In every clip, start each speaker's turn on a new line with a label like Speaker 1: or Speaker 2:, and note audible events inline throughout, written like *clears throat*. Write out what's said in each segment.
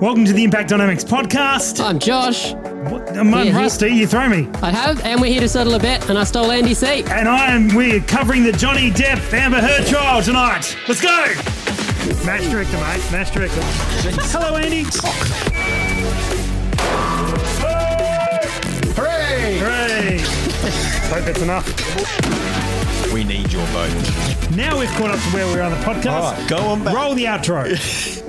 Speaker 1: Welcome to the Impact Dynamics podcast.
Speaker 2: I'm Josh.
Speaker 1: What- I'm
Speaker 2: Yeah, he-
Speaker 1: rusty. You throw me.
Speaker 2: I have, and we're here to settle a bet, and I stole Andy's seat.
Speaker 1: And I am. We're covering the Johnny Depp Amber Heard trial tonight. Let's go. Match director, mate. Match director. Hello, Andy.
Speaker 3: Hooray!
Speaker 1: Hooray. Hope that's enough.
Speaker 4: We need your vote.
Speaker 1: Now we've caught up to where we are on the
Speaker 4: All
Speaker 1: podcast.
Speaker 4: right, go on back.
Speaker 1: Roll the
Speaker 4: *laughs*
Speaker 1: outro.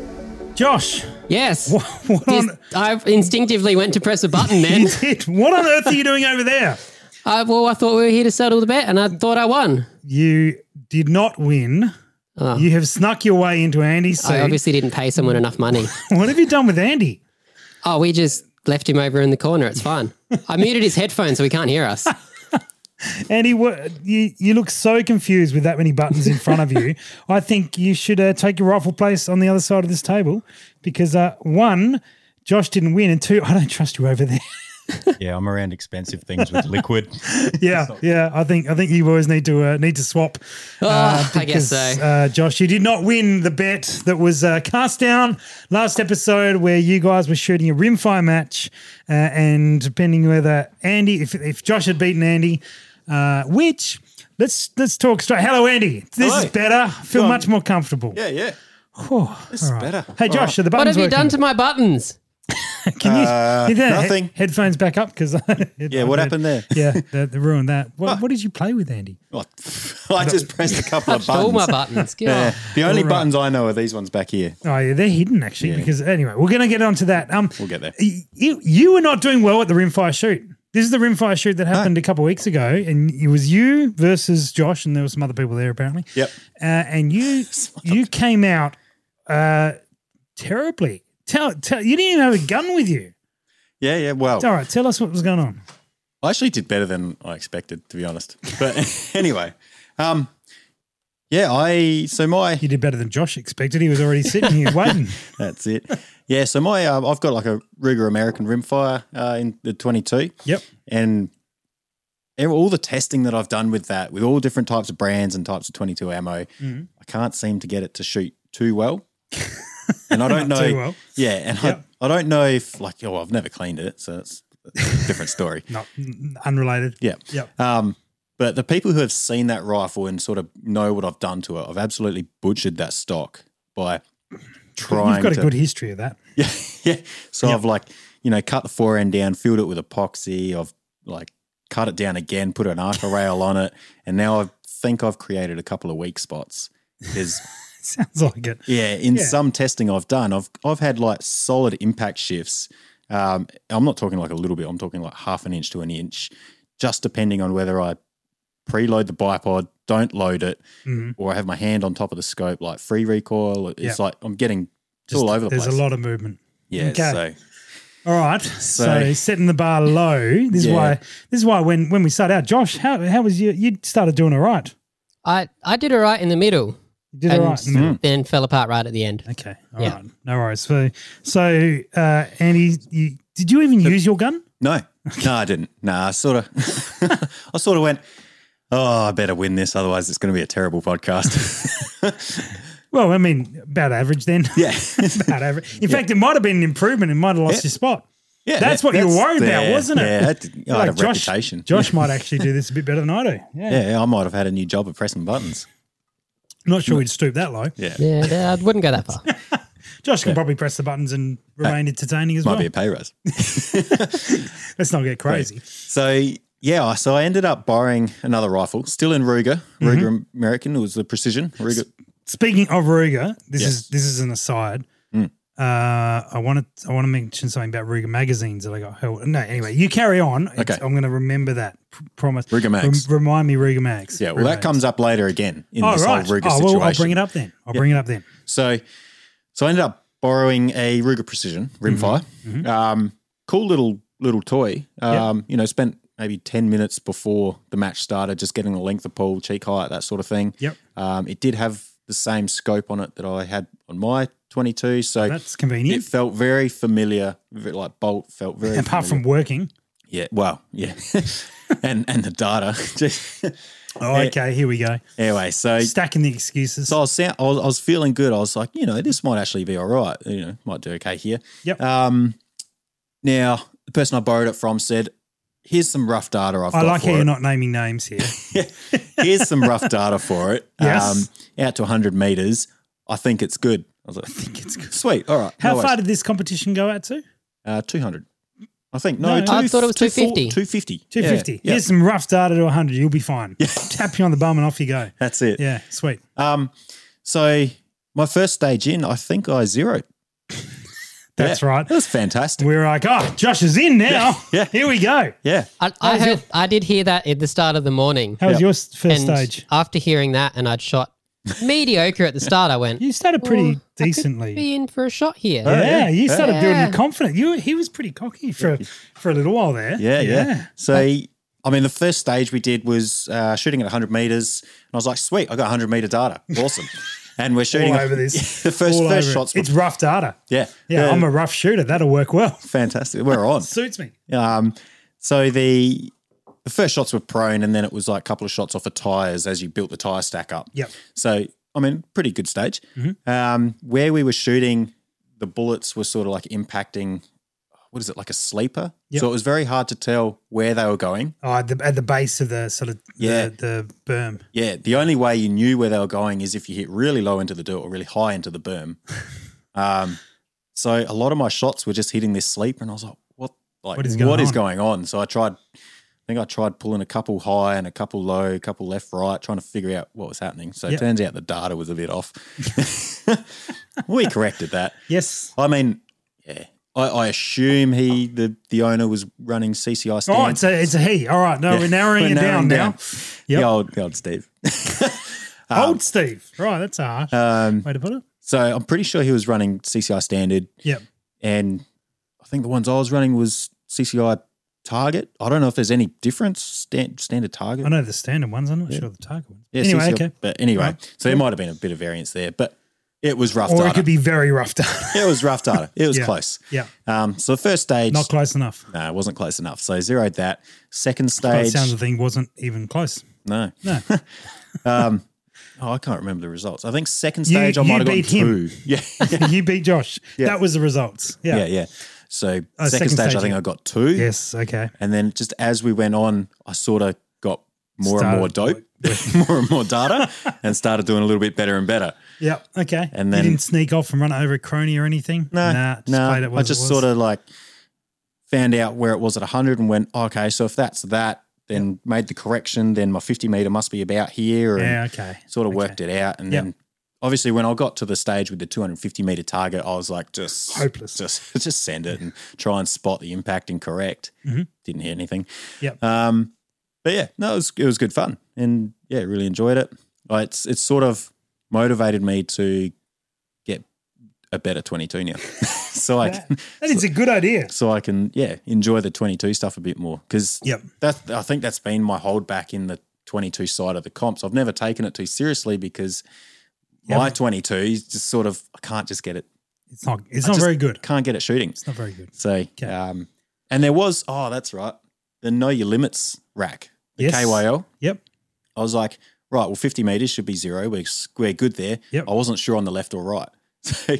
Speaker 1: Josh, *laughs*
Speaker 2: Yes.
Speaker 1: what, what
Speaker 2: Just-
Speaker 1: on?
Speaker 2: I instinctively went to press a button,
Speaker 1: *laughs*
Speaker 2: man.
Speaker 1: Indeed. What on earth are you doing over there?
Speaker 2: I, well, I thought we were here to settle the bet, and I thought I won.
Speaker 1: You did not win. You have snuck your way into Andy's seat.
Speaker 2: Ah. I obviously didn't pay someone
Speaker 1: *laughs*
Speaker 2: enough money.
Speaker 1: What have you done with Andy?
Speaker 2: oh, we just left him over in the corner. It's fine. I muted his headphones so he can't
Speaker 1: *laughs*
Speaker 2: hear
Speaker 1: Uh,
Speaker 2: us.
Speaker 1: Andy, what, you, you look so confused with that many buttons in front of
Speaker 2: *laughs*
Speaker 1: you. I think you should uh, take your rightful place on the other side of this table because, uh, one, Josh didn't win, and two, *laughs* I don't trust you over there.
Speaker 4: Yeah, I'm around expensive things with liquid.
Speaker 1: yeah, *laughs* yeah. I think I think you boys need to uh, need to swap.
Speaker 2: Ah, I guess
Speaker 1: because,
Speaker 2: so.
Speaker 1: Uh, Josh, you did not win the bet that was uh, cast down last episode, where you guys were shooting a rimfire match, uh, and depending whether Andy, if, if Josh had beaten Andy, uh, which let's let's talk straight. Hello, Andy. This
Speaker 4: Hello.
Speaker 1: is better. I feel much more comfortable.
Speaker 4: *laughs* Yeah, yeah. this is better.
Speaker 1: Hey, Josh, are the
Speaker 2: What
Speaker 1: buttons
Speaker 2: have you
Speaker 1: working?
Speaker 2: done to my buttons?
Speaker 1: Can you,
Speaker 4: Uh,
Speaker 1: can you-
Speaker 4: nothing.
Speaker 1: Headphones back up *laughs* because
Speaker 4: Yeah, what happened there?
Speaker 1: Yeah, they, they ruined that. What, what did you play with, Andy?
Speaker 4: Oh, *laughs* I just pressed a couple of
Speaker 1: *laughs*
Speaker 2: Touched all my
Speaker 4: buttons.
Speaker 2: buttons. God.
Speaker 4: Yeah, the only
Speaker 1: All right.
Speaker 4: buttons I know are these ones
Speaker 1: *laughs*
Speaker 4: back here.
Speaker 1: Oh, yeah, they're hidden actually.
Speaker 4: Yeah.
Speaker 1: Because anyway, we're going to get onto that. Um,
Speaker 4: We'll get there.
Speaker 1: y- You, you were not doing well at the rimfire shoot. This is the rimfire shoot that happened a couple of weeks ago, and it was you versus Josh, and there were some other people there apparently.
Speaker 4: Yep.
Speaker 1: Uh, and
Speaker 4: *laughs*
Speaker 1: you you came out uh, terribly. Tell, tell you didn't even have a gun with you.
Speaker 4: Yeah, yeah. Well,
Speaker 1: It's all right. Tell us what was going on.
Speaker 4: I actually did better than I expected, to be honest. But *laughs* anyway, um, yeah, I so my *laughs*
Speaker 1: You did better than Josh expected. He was already sitting here waiting.
Speaker 4: that's it. Yeah, so my uh, I've got like a Ruger American Rimfire uh, in the 22.
Speaker 1: Yep.
Speaker 4: and ev- all the testing that I've done with that, with all different types of brands and types of 22 ammo,
Speaker 1: Mm-hmm.
Speaker 4: I can't seem to get it to shoot
Speaker 1: *laughs*
Speaker 4: too well. and I don't
Speaker 1: Not
Speaker 4: know.
Speaker 1: too well.
Speaker 4: Yeah, and
Speaker 1: Yep.
Speaker 4: I, I don't know if like oh I've never cleaned it, so that's a different story. *laughs*
Speaker 1: Not n- unrelated.
Speaker 4: Yeah.
Speaker 1: Yep.
Speaker 4: Um, but the people who have seen that rifle and sort of know what I've done to it, I've absolutely butchered that stock by trying.
Speaker 1: You've got
Speaker 4: to,
Speaker 1: a good history of that. *laughs*
Speaker 4: *laughs* yeah, yeah. So I've like, you know, cut the fore end down, filled it with epoxy. I've like cut it down again, put an arc
Speaker 1: *laughs*
Speaker 4: rail on it, and now I think I've created a couple of weak spots.
Speaker 1: *laughs*
Speaker 4: Because
Speaker 1: Sounds like it.
Speaker 4: yeah, in
Speaker 1: Yeah.
Speaker 4: some testing I've done, I've I've had like solid impact shifts. Um, I'm not talking like a little bit. I'm talking like half an inch to an inch, just depending on whether I preload the bipod, don't load it,
Speaker 1: Mhm.
Speaker 4: or I have my hand on top of the scope, like free recoil. It's
Speaker 1: Yeah.
Speaker 4: like I'm getting it's all over the
Speaker 1: There's
Speaker 4: place.
Speaker 1: a lot of movement.
Speaker 4: Yeah,
Speaker 1: Okay.
Speaker 4: so
Speaker 1: All right. So, setting the bar low. This is
Speaker 4: Yeah.
Speaker 1: why this is why when when we started out, Josh, how how was you you started doing all right.
Speaker 2: I, I did all right in the middle,
Speaker 1: You did
Speaker 2: And-
Speaker 1: all right in the middle.
Speaker 2: then fell apart right at the end.
Speaker 1: Okay. all right,
Speaker 2: Yeah.
Speaker 1: No worries. So so uh Andy, you did you even use your gun?
Speaker 4: No, no, I didn't. No, I sort of, *laughs* I sort of went. Oh, I better win this, otherwise it's going to be a terrible podcast. *laughs*
Speaker 1: Well, I mean, about average then.
Speaker 4: yeah,
Speaker 1: *laughs* about average. In fact, it might have been an improvement. It might have lost your spot.
Speaker 4: yeah.
Speaker 1: That's what you were worried about, wasn't it?
Speaker 4: Yeah, that, I had a
Speaker 1: Josh,
Speaker 4: reputation.
Speaker 1: Josh might actually do this a bit better than I do. Yeah.
Speaker 4: yeah, I might have had a new job at pressing buttons.
Speaker 1: I'm not sure we'd stoop that low.
Speaker 4: Mm. Yeah,
Speaker 2: Yeah, yeah, I wouldn't go
Speaker 1: *laughs*
Speaker 2: that far.
Speaker 1: Josh can probably press the buttons and remain entertaining as
Speaker 4: might
Speaker 1: well.
Speaker 4: be a pay raise.
Speaker 1: Let's not get crazy.
Speaker 4: So yeah, I- so I ended up borrowing another rifle, still in Ruger,
Speaker 1: Mm-hmm.
Speaker 4: Ruger American. It was the precision Ruger.
Speaker 1: Speaking of Ruger, this
Speaker 4: Yes.
Speaker 1: is this is an aside.
Speaker 4: Mm.
Speaker 1: Uh, I want to I want to mention something about Ruger magazines that I got held. No, anyway, you carry on. It's-
Speaker 4: Okay.
Speaker 1: I'm going to remember that. P- promise.
Speaker 4: Ruger mags.
Speaker 1: Rem- remind me, Ruger mags.
Speaker 4: Yeah, well, that comes up later again in
Speaker 1: Oh
Speaker 4: this
Speaker 1: right.
Speaker 4: whole Ruger
Speaker 1: oh
Speaker 4: situation.
Speaker 1: well, I'll bring it up then. I'll bring it up then.
Speaker 4: So, so I ended up borrowing a Ruger Precision
Speaker 1: Mm-hmm.
Speaker 4: Rimfire. Um, cool little little toy.
Speaker 1: Yeah.
Speaker 4: Um, You know, spent maybe ten minutes before the match started, just getting the length of pull, cheek height, that sort of thing.
Speaker 1: Yep.
Speaker 4: Um, it did have the same scope on it that I had on my 22, so
Speaker 1: That's
Speaker 4: it
Speaker 1: convenient.
Speaker 4: felt very familiar. v- Like bolt felt
Speaker 1: *laughs*
Speaker 4: very
Speaker 1: Apart
Speaker 4: familiar.
Speaker 1: from working,
Speaker 4: Yeah. Well, yeah. *laughs* and and the data. *laughs* Just,
Speaker 1: Oh, okay, here we go.
Speaker 4: anyway, so
Speaker 1: Stacking the excuses.
Speaker 4: so I was, sound, I was I was feeling good. I was like, you know, this might actually be all right. You know, might do okay here.
Speaker 1: Yep.
Speaker 4: Um, now the person I borrowed it from said, "Here's some rough data I've
Speaker 1: I
Speaker 4: got
Speaker 1: like
Speaker 4: for
Speaker 1: how
Speaker 4: it.
Speaker 1: you're not naming names here.
Speaker 4: *laughs* Here's some
Speaker 1: *laughs*
Speaker 4: rough data for it.
Speaker 1: Yes.
Speaker 4: Um, out to 100 meters. I think it's good. I was like, I think it's good. Sweet. All right.
Speaker 1: How
Speaker 4: no
Speaker 1: far
Speaker 4: worries.
Speaker 1: did this competition go out to?
Speaker 4: Uh, 200. I think no.
Speaker 1: No,
Speaker 4: two-
Speaker 2: I thought it was
Speaker 4: two four-
Speaker 2: 250.
Speaker 4: 250. Yeah,
Speaker 1: 250.
Speaker 4: Yeah,
Speaker 1: Here's some rough data to 100. You'll be
Speaker 4: *laughs*
Speaker 1: fine. Tap you on the bum and off you go.
Speaker 4: that's it.
Speaker 1: Yeah, sweet.
Speaker 4: Um, so my first stage in, I think I zeroed.
Speaker 1: That's
Speaker 4: Yeah.
Speaker 1: right.
Speaker 4: That was fantastic.
Speaker 1: We're like, oh, Josh is in now.
Speaker 4: Yeah.
Speaker 1: Here we go.
Speaker 4: yeah.
Speaker 2: I, I, heard, I did hear that at the start of the morning.
Speaker 1: How was
Speaker 4: Yeah.
Speaker 1: your s- first
Speaker 2: and
Speaker 1: stage?
Speaker 2: After hearing that, and I'd shot mediocre at the start, I went
Speaker 1: You started pretty
Speaker 2: "Oh, I could
Speaker 1: *laughs* decently.
Speaker 2: be in for a shot here.
Speaker 4: Oh,
Speaker 1: yeah,
Speaker 4: yeah.
Speaker 1: you
Speaker 4: Yeah.
Speaker 1: started
Speaker 2: Yeah.
Speaker 1: building confidence. You he was pretty cocky for for a little while there.
Speaker 4: Yeah, yeah. So, I mean, the first stage we did was uh, shooting at 100 meters, and I was like, "Sweet, I got 100 meter data,
Speaker 1: *laughs*
Speaker 4: awesome!" and we're shooting
Speaker 1: All
Speaker 4: a-
Speaker 1: over this.
Speaker 4: *laughs* the first
Speaker 1: All over
Speaker 4: first
Speaker 1: it.
Speaker 4: shots. Were,
Speaker 1: It's rough data.
Speaker 4: *laughs* yeah,
Speaker 1: Yeah, I'm a rough shooter. That'll work well. *laughs*
Speaker 4: fantastic. We're on.
Speaker 1: Suits me.
Speaker 4: Um, so the the first shots were prone, and then it was like a couple of shots off of tires as you built the tire stack up.
Speaker 1: Yep. Mm-hmm.
Speaker 4: So I mean, pretty good stage. Um, where we were shooting, the bullets were sort of like impacting. What is it like a sleeper?
Speaker 1: Yep.
Speaker 4: So it was very hard to tell where they were going.
Speaker 1: Oh, at the, at the base of the sort of
Speaker 4: Yeah.
Speaker 1: the, the berm.
Speaker 4: Yeah, the only way you knew where they were going is if you hit really low into the dirt or really high into
Speaker 1: *laughs*
Speaker 4: the berm. um, so a lot of my shots were just hitting this sleeper, and I was like, "What? Like,
Speaker 1: What is going
Speaker 4: what is
Speaker 1: on?
Speaker 4: going on?" So I tried. I think I tried pulling a couple high and a couple low, a couple left, right, trying to figure out what was happening. So
Speaker 1: Yep.
Speaker 4: it turns out the data was a
Speaker 1: *laughs*
Speaker 4: bit off. *laughs* we corrected that.
Speaker 1: Yes.
Speaker 4: I mean, yeah, I, I assume he the the owner was running CCI stands.
Speaker 1: Oh, it's a it's a he. All right. No,
Speaker 4: Yeah.
Speaker 1: we're narrowing
Speaker 4: We're
Speaker 1: it down,
Speaker 4: narrowing
Speaker 1: now. Yep.
Speaker 4: The old the
Speaker 1: *laughs*
Speaker 4: old Steve.
Speaker 1: Old Steve. Right. That's a harsh
Speaker 4: Um,
Speaker 1: way to put it.
Speaker 4: So I'm pretty sure he was running CCI standard,
Speaker 1: Yep.
Speaker 4: and I think the ones I was running was CCI target. I don't know if there's any difference stand, standard target.
Speaker 1: I know the standard ones. I'm not sure the target ones.
Speaker 4: Yeah,
Speaker 1: anyway,
Speaker 4: CCI
Speaker 1: okay.
Speaker 4: But anyway,
Speaker 1: Right.
Speaker 4: so there might have been a bit of variance there, but it was rough
Speaker 1: Or
Speaker 4: data.
Speaker 1: it
Speaker 4: It,
Speaker 1: could be very rough data.
Speaker 4: *laughs* was rough data. It
Speaker 1: *laughs*
Speaker 4: was
Speaker 1: Yeah.
Speaker 4: close.
Speaker 1: yeah.
Speaker 4: Um, so the first stage,
Speaker 1: Not close enough.
Speaker 4: no, it wasn't close enough. So zeroed that. Second
Speaker 1: By the
Speaker 4: stage,
Speaker 1: sound of the thing wasn't even close.
Speaker 4: no,
Speaker 1: No.
Speaker 4: um, oh, I can't remember the results. I think second
Speaker 1: You-
Speaker 4: stage I
Speaker 1: you
Speaker 4: might have gotten
Speaker 1: beat him. *laughs*
Speaker 4: two. *laughs* Yeah,
Speaker 1: you beat Josh.
Speaker 4: Yeah.
Speaker 1: That was the results. Yeah.
Speaker 4: yeah, yeah. So
Speaker 1: Uh, second
Speaker 4: second, stage, I
Speaker 1: stage,
Speaker 4: think
Speaker 1: yeah.
Speaker 4: I got two.
Speaker 1: Yes. Okay.
Speaker 4: And then just as we went on, I sort of got more and more dope,
Speaker 1: Started-
Speaker 4: *laughs* more and more
Speaker 1: *laughs*
Speaker 4: data, and started doing a little bit better and better.
Speaker 1: Yep. Okay.
Speaker 4: And
Speaker 1: you
Speaker 4: then-
Speaker 1: didn't sneak off and run over a crony or anything.
Speaker 4: No,
Speaker 1: Nah, just
Speaker 4: no,
Speaker 1: played it.
Speaker 4: I just sort of like found out where it was at 100 and went, "Oh, okay, so if that's that, then made the correction, then my 50 meter must be about here, and
Speaker 1: Yeah. Okay.
Speaker 4: sort of worked it out. And
Speaker 1: Yep.
Speaker 4: then obviously, when I got to the stage with the 250 meter target, I was like, just
Speaker 1: Hopeless.
Speaker 4: just *laughs* just send it and try and spot the impact and correct.
Speaker 1: Mhm.
Speaker 4: Didn't hear anything.
Speaker 1: Yep.
Speaker 4: Um, but yeah, no, it was it was good fun, and yeah, really enjoyed it. Like, It's it's sort of motivated me to get a better 22 now, *laughs* so I can,
Speaker 1: That is a good idea.
Speaker 4: so I can yeah enjoy the 22 stuff a bit more because
Speaker 1: Yep.
Speaker 4: that I think that's been my holdback in the 22 side of the comps. I've never taken it too seriously because
Speaker 1: Yeah.
Speaker 4: my 22 is just sort of I can't just get it,
Speaker 1: It's not. It's
Speaker 4: I
Speaker 1: not
Speaker 4: just-
Speaker 1: very good.
Speaker 4: can't get it shooting.
Speaker 1: It's not very good.
Speaker 4: So um, and there was oh that's right the know your limits rack the
Speaker 1: Yes.
Speaker 4: KYL.
Speaker 1: Yep.
Speaker 4: I was like right well 50 meters should be zero we're we're good there.
Speaker 1: Yep.
Speaker 4: I wasn't sure on the left or right. *laughs*
Speaker 1: *laughs*
Speaker 4: So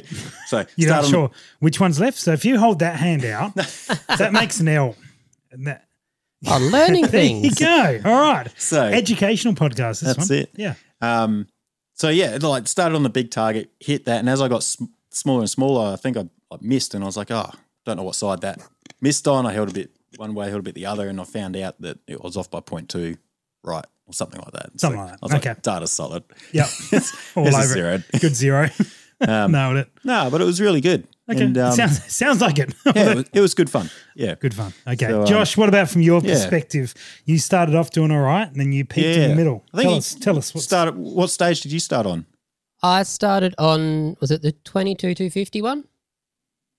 Speaker 4: so
Speaker 1: You're not
Speaker 4: start on-
Speaker 1: sure which one's left. So if you hold that hand
Speaker 4: *laughs*
Speaker 1: out, that makes an L. And that-
Speaker 2: *laughs* I'm
Speaker 1: *laughs*
Speaker 2: learning
Speaker 1: there you
Speaker 2: things.
Speaker 1: go. All right.
Speaker 4: So
Speaker 1: Educational podcast. This
Speaker 4: That's
Speaker 1: one.
Speaker 4: it.
Speaker 1: Yeah.
Speaker 4: Um, so yeah, it, like started on the big target, hit that, and as I got sm- smaller and smaller, I think I, I missed, and I was like, oh, don't know what side that missed on. I held a bit one way, held a bit the other, and I found out that it was off by point two, right, or something like that.
Speaker 1: Something like that.
Speaker 4: I was like,
Speaker 1: Okay.
Speaker 4: data's solid. *laughs*
Speaker 1: Yep. All
Speaker 4: There's
Speaker 1: over it.
Speaker 4: a zero.
Speaker 1: Good zero.
Speaker 4: *laughs*
Speaker 1: *laughs* Nailed it.
Speaker 4: No, but it was really good.
Speaker 1: Okay.
Speaker 4: And, um,
Speaker 1: sounds sounds like it.
Speaker 4: yeah, it was, it was good fun. Yeah.
Speaker 1: *laughs* Good fun. Okay,
Speaker 4: So, um,
Speaker 1: Josh. What about from your
Speaker 4: yeah.
Speaker 1: perspective? You started off doing all right, and then you peaked in
Speaker 4: Yeah.
Speaker 1: the middle.
Speaker 4: I think
Speaker 1: Tell
Speaker 4: you
Speaker 1: us. Tell us. What's,
Speaker 4: Started, what stage did you start on?
Speaker 2: I started on was it the 22 250 one?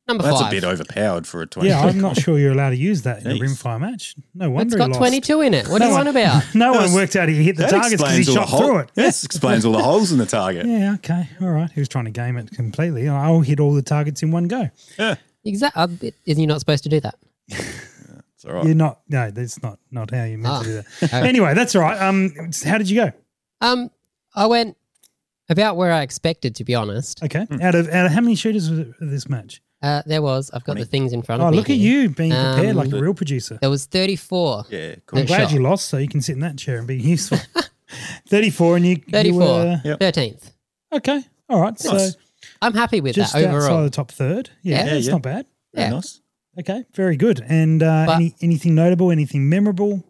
Speaker 2: Number
Speaker 4: That's a
Speaker 2: five.
Speaker 4: bit overpowered for a 20.
Speaker 1: yeah,
Speaker 4: *laughs*
Speaker 1: I'm not sure you're allowed to use that in a
Speaker 4: Jeez.
Speaker 1: rimfire match. No
Speaker 2: it's
Speaker 1: wonder he
Speaker 2: got
Speaker 1: lost.
Speaker 2: 22 in it. What do you
Speaker 1: No,
Speaker 2: want about?
Speaker 1: *laughs* No
Speaker 4: That
Speaker 1: one
Speaker 4: was-
Speaker 1: worked out he hit the
Speaker 4: That
Speaker 1: targets because he
Speaker 4: explains all the
Speaker 1: shot
Speaker 4: hole-
Speaker 1: through it.
Speaker 4: This explains all the holes in the target.
Speaker 1: Yeah. Okay. All right. He was trying to game it completely. I'll hit all the targets in one go.
Speaker 2: Exactly. You're not supposed to do that.
Speaker 4: It's all right.
Speaker 1: You're not. No, that's not not how you meant
Speaker 2: Ah.
Speaker 1: to do
Speaker 2: *laughs*
Speaker 1: that. anyway, that's all right. Um, it's- how did you go?
Speaker 2: Um, I went about where I expected, to be honest.
Speaker 1: Okay, out of out of how many shooters was it- this match?
Speaker 2: Uh, there was. I've got the things in front
Speaker 1: Oh,
Speaker 2: of me.
Speaker 1: look at
Speaker 2: here.
Speaker 1: you being prepared
Speaker 2: Um,
Speaker 1: like a real producer.
Speaker 2: There was 34.
Speaker 4: Yeah,
Speaker 1: I'm
Speaker 4: cool.
Speaker 2: Yeah,
Speaker 1: glad
Speaker 2: sure.
Speaker 1: you lost, so you can sit in that chair and be *laughs* useful. Thirty-four, and you. you
Speaker 2: 34.
Speaker 1: were-
Speaker 4: Yep.
Speaker 2: 13th.
Speaker 1: okay. All right. So
Speaker 4: Nice.
Speaker 2: I'm happy with
Speaker 1: just
Speaker 2: that
Speaker 1: outside
Speaker 2: overall.
Speaker 1: the top third. Yeah,
Speaker 2: Yeah.
Speaker 1: that's
Speaker 4: Yeah,
Speaker 1: not bad.
Speaker 4: Very
Speaker 2: Yeah.
Speaker 4: nice.
Speaker 1: Okay, very good. And uh,
Speaker 2: But-
Speaker 1: any, anything notable? Anything memorable?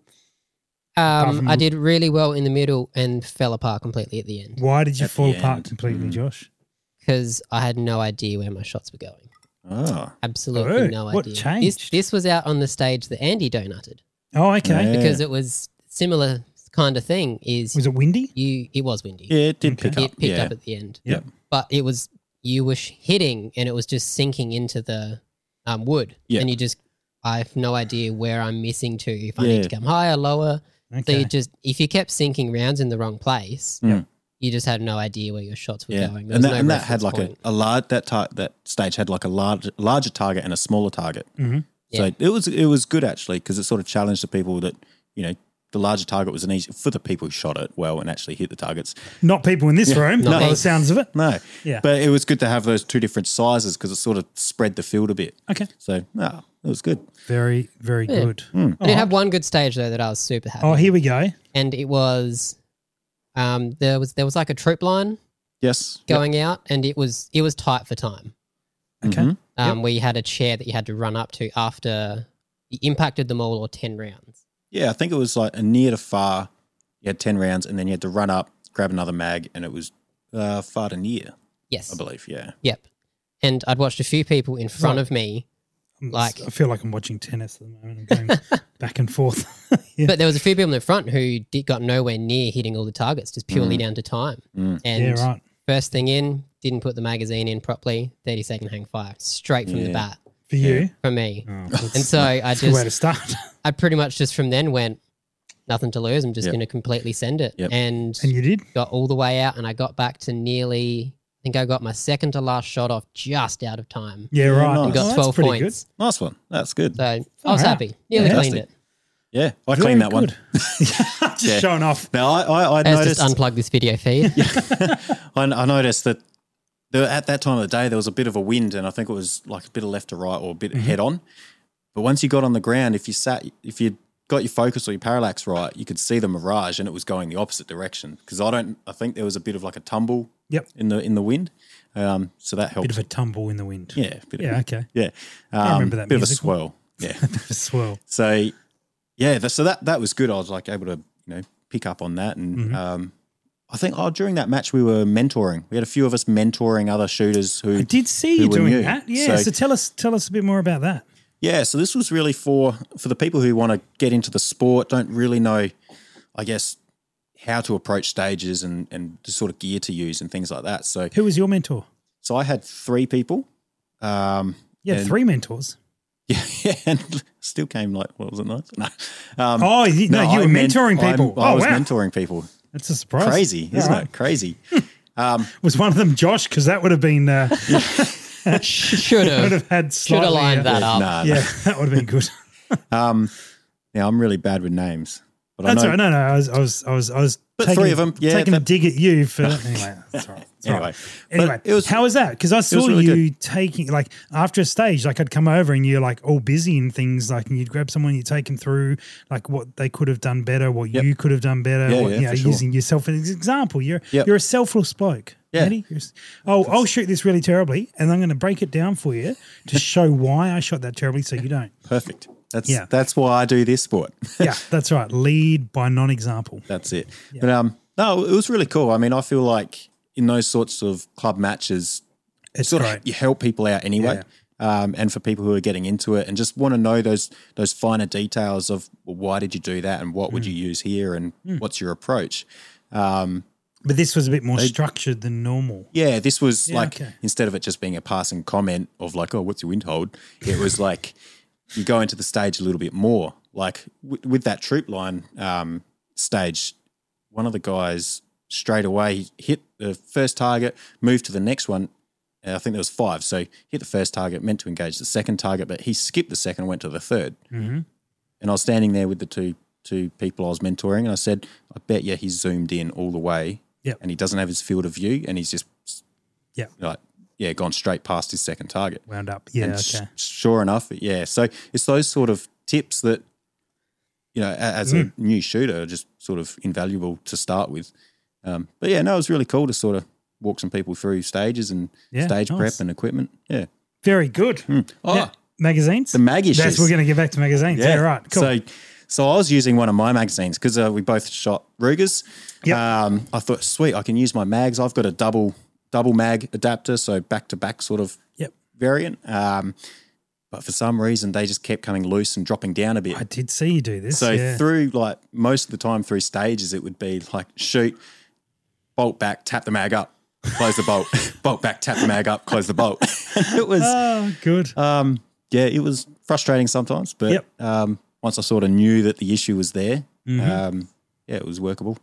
Speaker 1: apart
Speaker 2: Um,
Speaker 1: from-
Speaker 2: I did really well in the middle and fell apart completely at the end
Speaker 1: Why did you
Speaker 4: At the
Speaker 1: fall apart
Speaker 4: end.
Speaker 1: completely,
Speaker 4: Mm.
Speaker 1: Josh?
Speaker 2: because I had no idea where my shots were going.
Speaker 4: Ah,
Speaker 2: Absolutely
Speaker 1: Oh,
Speaker 2: no idea.
Speaker 1: what
Speaker 2: This,
Speaker 1: changed?
Speaker 2: this was out on the stage that Andy donutted
Speaker 1: Oh, okay.
Speaker 4: Yeah.
Speaker 2: because it was similar kind of thing. Is
Speaker 1: Was it windy?
Speaker 2: you? It was windy.
Speaker 4: yeah, it did
Speaker 1: Okay.
Speaker 4: pick
Speaker 2: it
Speaker 4: up.
Speaker 2: picked
Speaker 4: yeah.
Speaker 2: up at the end.
Speaker 4: Yep.
Speaker 2: But it was you were sh- hitting and it was just sinking into the um, wood.
Speaker 4: Yeah.
Speaker 2: And you just, I have no idea where I'm missing to. If I
Speaker 4: Yeah.
Speaker 2: need to come higher, lower. So
Speaker 1: Okay.
Speaker 2: you just, if you kept sinking rounds in the wrong place,
Speaker 4: Yeah.
Speaker 2: you just had no idea where your shots were
Speaker 4: yeah,
Speaker 2: going. There
Speaker 4: and
Speaker 2: was
Speaker 4: that,
Speaker 2: no
Speaker 4: and that
Speaker 2: reference
Speaker 4: had like
Speaker 2: point.
Speaker 4: a, a large that tar- that stage had like a large larger target and a smaller target.
Speaker 1: Mhm.
Speaker 4: So
Speaker 2: Yeah.
Speaker 4: it was it was good actually because it sort of challenged the people that you know the larger target was an easy for the people who shot it well and actually hit the targets.
Speaker 1: Not people in this room,
Speaker 2: No.
Speaker 1: by the sounds of it.
Speaker 4: No,
Speaker 1: Yeah.
Speaker 4: but it was good to have those two different sizes because it sort of spread the field a bit.
Speaker 1: Okay.
Speaker 4: So no, it was good.
Speaker 1: Very, very
Speaker 2: Yeah.
Speaker 1: good.
Speaker 4: Hmm.
Speaker 2: I did have one good stage though that I was super happy.
Speaker 1: Oh, here we go.
Speaker 4: Mm-hmm.
Speaker 2: and it was, um, there was there was like a troop line
Speaker 4: Yes.
Speaker 2: going out, and it was it was tight for time.
Speaker 1: Okay.
Speaker 4: Mhm.
Speaker 2: um, where you had a chair that you had to run up to after you impacted them all or 10 rounds.
Speaker 4: Yeah, I think it was like a near to far. You had ten rounds, and then you had to run up, grab another mag, and it was uh, far to near, I
Speaker 2: Yes.
Speaker 4: believe. Yeah.
Speaker 2: Yep. And I'd watched a few people in front of me,
Speaker 1: I'm-
Speaker 2: Like-
Speaker 1: I feel like I'm watching tennis at the moment. I'm
Speaker 2: *laughs*
Speaker 1: going back and forth. yeah.
Speaker 2: but there was a few people in the front who did, got nowhere near hitting all the targets, just purely down to time.
Speaker 4: Mm.
Speaker 2: *laughs* And
Speaker 1: yeah, right.
Speaker 2: first thing in, didn't put the magazine in properly, 30 second hang fire, straight from the
Speaker 4: Yeah.
Speaker 2: bat
Speaker 1: For you.
Speaker 2: for me.
Speaker 1: Oh, that's,
Speaker 4: *laughs*
Speaker 2: And so I
Speaker 1: that's a good way to
Speaker 2: just,
Speaker 1: start. *laughs*
Speaker 2: I pretty much just from then went, nothing to lose. I'm just
Speaker 4: Yep.
Speaker 2: going to completely send it.
Speaker 4: Yep.
Speaker 2: And
Speaker 1: and you did?
Speaker 2: got all the way out and I got back to nearly I think I got my second to last shot off just out of time.
Speaker 1: Yeah, right.
Speaker 4: nice.
Speaker 2: And got
Speaker 1: Oh, that's
Speaker 2: twelve
Speaker 1: pretty
Speaker 2: points.
Speaker 4: Nice one. That's good.
Speaker 2: So I was
Speaker 1: Far out.
Speaker 2: happy. Nearly
Speaker 4: Fantastic.
Speaker 2: cleaned it.
Speaker 4: Yeah, I
Speaker 1: Very
Speaker 4: cleaned that one.
Speaker 1: good. *laughs* Just
Speaker 4: Yeah.
Speaker 1: showing off.
Speaker 4: Now I I, I
Speaker 2: Let's
Speaker 4: noticed
Speaker 2: just unplug this video
Speaker 4: *laughs*
Speaker 2: feed. *laughs*
Speaker 4: I, I noticed that there, at that time of the day there was a bit of a wind, and I think it was like a bit of left to right or a
Speaker 1: Mm-hmm.
Speaker 4: bit head on. But once you got on the ground, if you sat, if you got your focus or your parallax right, you could see the mirage, and it was going the opposite direction. Because I don't, I think there was a bit of like a tumble
Speaker 1: Yep.
Speaker 4: in the in the wind, um, so that helped.
Speaker 1: Bit of a tumble in the wind.
Speaker 4: yeah, bit of,
Speaker 1: Yeah,
Speaker 4: *laughs*
Speaker 1: okay.
Speaker 4: yeah. Um,
Speaker 1: remember that
Speaker 4: bit of a
Speaker 1: musical.
Speaker 4: swirl.
Speaker 1: *laughs*
Speaker 4: Yeah.
Speaker 1: Swell.
Speaker 4: So yeah, that, so that that was good. I was like able to you know pick up on that, and
Speaker 1: Mm-hmm.
Speaker 4: um, I think oh during that match we were mentoring. We had a few of us mentoring other shooters
Speaker 1: I
Speaker 4: who
Speaker 1: did see
Speaker 4: Who
Speaker 1: you
Speaker 4: were
Speaker 1: doing
Speaker 4: new.
Speaker 1: that. Yeah. So,
Speaker 4: So-
Speaker 1: tell us tell us a bit more about that.
Speaker 4: Yeah, so this was really for for the people who want to get into the sport, don't really know, I guess, how to approach stages and and the sort of gear to use and things like that. So
Speaker 1: Who was your mentor?
Speaker 4: so I had three people. Um,
Speaker 1: Yeah,
Speaker 4: and-
Speaker 1: three mentors.
Speaker 4: *laughs* Yeah, and still came like what was it nice? No, um,
Speaker 1: Oh, you, no, you
Speaker 4: I
Speaker 1: were
Speaker 4: meant-
Speaker 1: mentoring
Speaker 4: I'm-
Speaker 1: people.
Speaker 4: I
Speaker 1: oh,
Speaker 4: was
Speaker 1: wow.
Speaker 4: mentoring people.
Speaker 1: That's a surprise.
Speaker 4: Crazy,
Speaker 1: All
Speaker 4: isn't
Speaker 1: right. *laughs*
Speaker 4: it? Crazy. Um,
Speaker 1: Was one of them Josh? Because that would have been
Speaker 2: *laughs*
Speaker 1: uh,
Speaker 4: *laughs*
Speaker 1: would
Speaker 2: Should have.
Speaker 1: have had
Speaker 2: Should
Speaker 1: slightly,
Speaker 2: have lined
Speaker 1: uh,
Speaker 2: that up.
Speaker 4: Nah,
Speaker 1: *laughs* Yeah,
Speaker 4: *laughs*
Speaker 1: that would have been good.
Speaker 4: Now I'm really bad with names, but
Speaker 1: That's
Speaker 4: I
Speaker 1: all
Speaker 4: know.
Speaker 1: right. No, no, I was, I was, I was, I was.
Speaker 4: But
Speaker 1: taking,
Speaker 4: three of 'em, yeah,
Speaker 1: taking a
Speaker 4: that-
Speaker 1: dig at you
Speaker 4: *laughs*
Speaker 1: for anyway. That's all right. That's all
Speaker 4: Anyway,
Speaker 1: right.
Speaker 4: but
Speaker 1: Anyway,
Speaker 4: it was
Speaker 1: how was that? Because I saw
Speaker 4: really
Speaker 1: you taking like after a stage, like I'd come over and you're like all busy and things, like and you'd grab someone, you take them through like what they could have done better, what
Speaker 4: Yep.
Speaker 1: you could have done better,
Speaker 4: Yeah,
Speaker 1: what,
Speaker 4: yeah,
Speaker 1: you know,
Speaker 4: for sure.
Speaker 1: using yourself as an example. You're
Speaker 4: Yep.
Speaker 1: you're a selfless bloke.
Speaker 4: Yeah.
Speaker 1: Andy. You're s- oh, I'll shoot this really terribly, and I'm going to break it down for you
Speaker 4: *laughs*
Speaker 1: to show why I shot that terribly, so you don't.
Speaker 4: perfect. That's
Speaker 1: Yeah.
Speaker 4: that's why I do this sport. *laughs*
Speaker 1: Yeah, that's right. Lead by non-example.
Speaker 4: that's it. But um, no, it was really cool. I mean, I feel like in those sorts of club matches,
Speaker 1: It's
Speaker 4: sort
Speaker 1: great.
Speaker 4: of you help people out anyway. Um, and for people who are getting into it and just want to know those those finer details of well, why did you do that and what
Speaker 1: Mm.
Speaker 4: would you use here and what's your approach.
Speaker 1: But this was a bit more structured than normal.
Speaker 4: Yeah, this was like
Speaker 1: okay.
Speaker 4: instead of it just being a passing comment of like, oh, what's your wind hold? It was like *laughs* you go into the stage a little bit more. Like with, with that troop line um, stage, one of the guys straight away hit the first target, moved to the next one. and I think there was Mm-hmm. five, so hit the first target, meant to engage the second target, but he skipped the second, and went to the 3rd And I was standing there with the two two people I was mentoring, and I said, "I bet you he's zoomed in all the way,
Speaker 1: Yep.
Speaker 4: and he doesn't have his field of view, and he's just,
Speaker 1: Yep.
Speaker 4: like yeah, gone straight past his second target."
Speaker 1: Wound up. Yeah.
Speaker 4: and
Speaker 1: okay.
Speaker 4: sh- sure enough, yeah. So it's those sort of tips that, you know, a- as
Speaker 1: Mm.
Speaker 4: a new shooter, are just sort of invaluable to start with. Um, but yeah, no, it was really cool to sort of walk some people through stages and
Speaker 1: Yeah,
Speaker 4: stage prep
Speaker 1: nice.
Speaker 4: and equipment. Yeah.
Speaker 1: Very good.
Speaker 4: Oh,
Speaker 1: Yeah. Magazines.
Speaker 4: the mag issues.
Speaker 1: That's we're going to get back to magazines. Yeah. right. Cool.
Speaker 4: So, so I was using one of my magazines because uh, we both shot Rugers.
Speaker 1: Yep.
Speaker 4: Um, I thought, sweet, I can use my mags. I've got a double double mag adapter, so back to back sort of
Speaker 1: Yep.
Speaker 4: variant. Um, but for some reason, they just kept coming loose and dropping down a bit.
Speaker 1: I did see you do this.
Speaker 4: So
Speaker 1: yeah.
Speaker 4: through like most of the time through stages, it would be like shoot, bolt back, tap the mag up, close the bolt, *laughs* bolt back, tap the mag up, close the bolt. *laughs* it was
Speaker 1: oh, good.
Speaker 4: um, yeah, it was frustrating sometimes, but
Speaker 1: Yep.
Speaker 4: um, once I sort of knew that the issue was there,
Speaker 1: Mm-hmm.
Speaker 4: um, yeah, it was workable.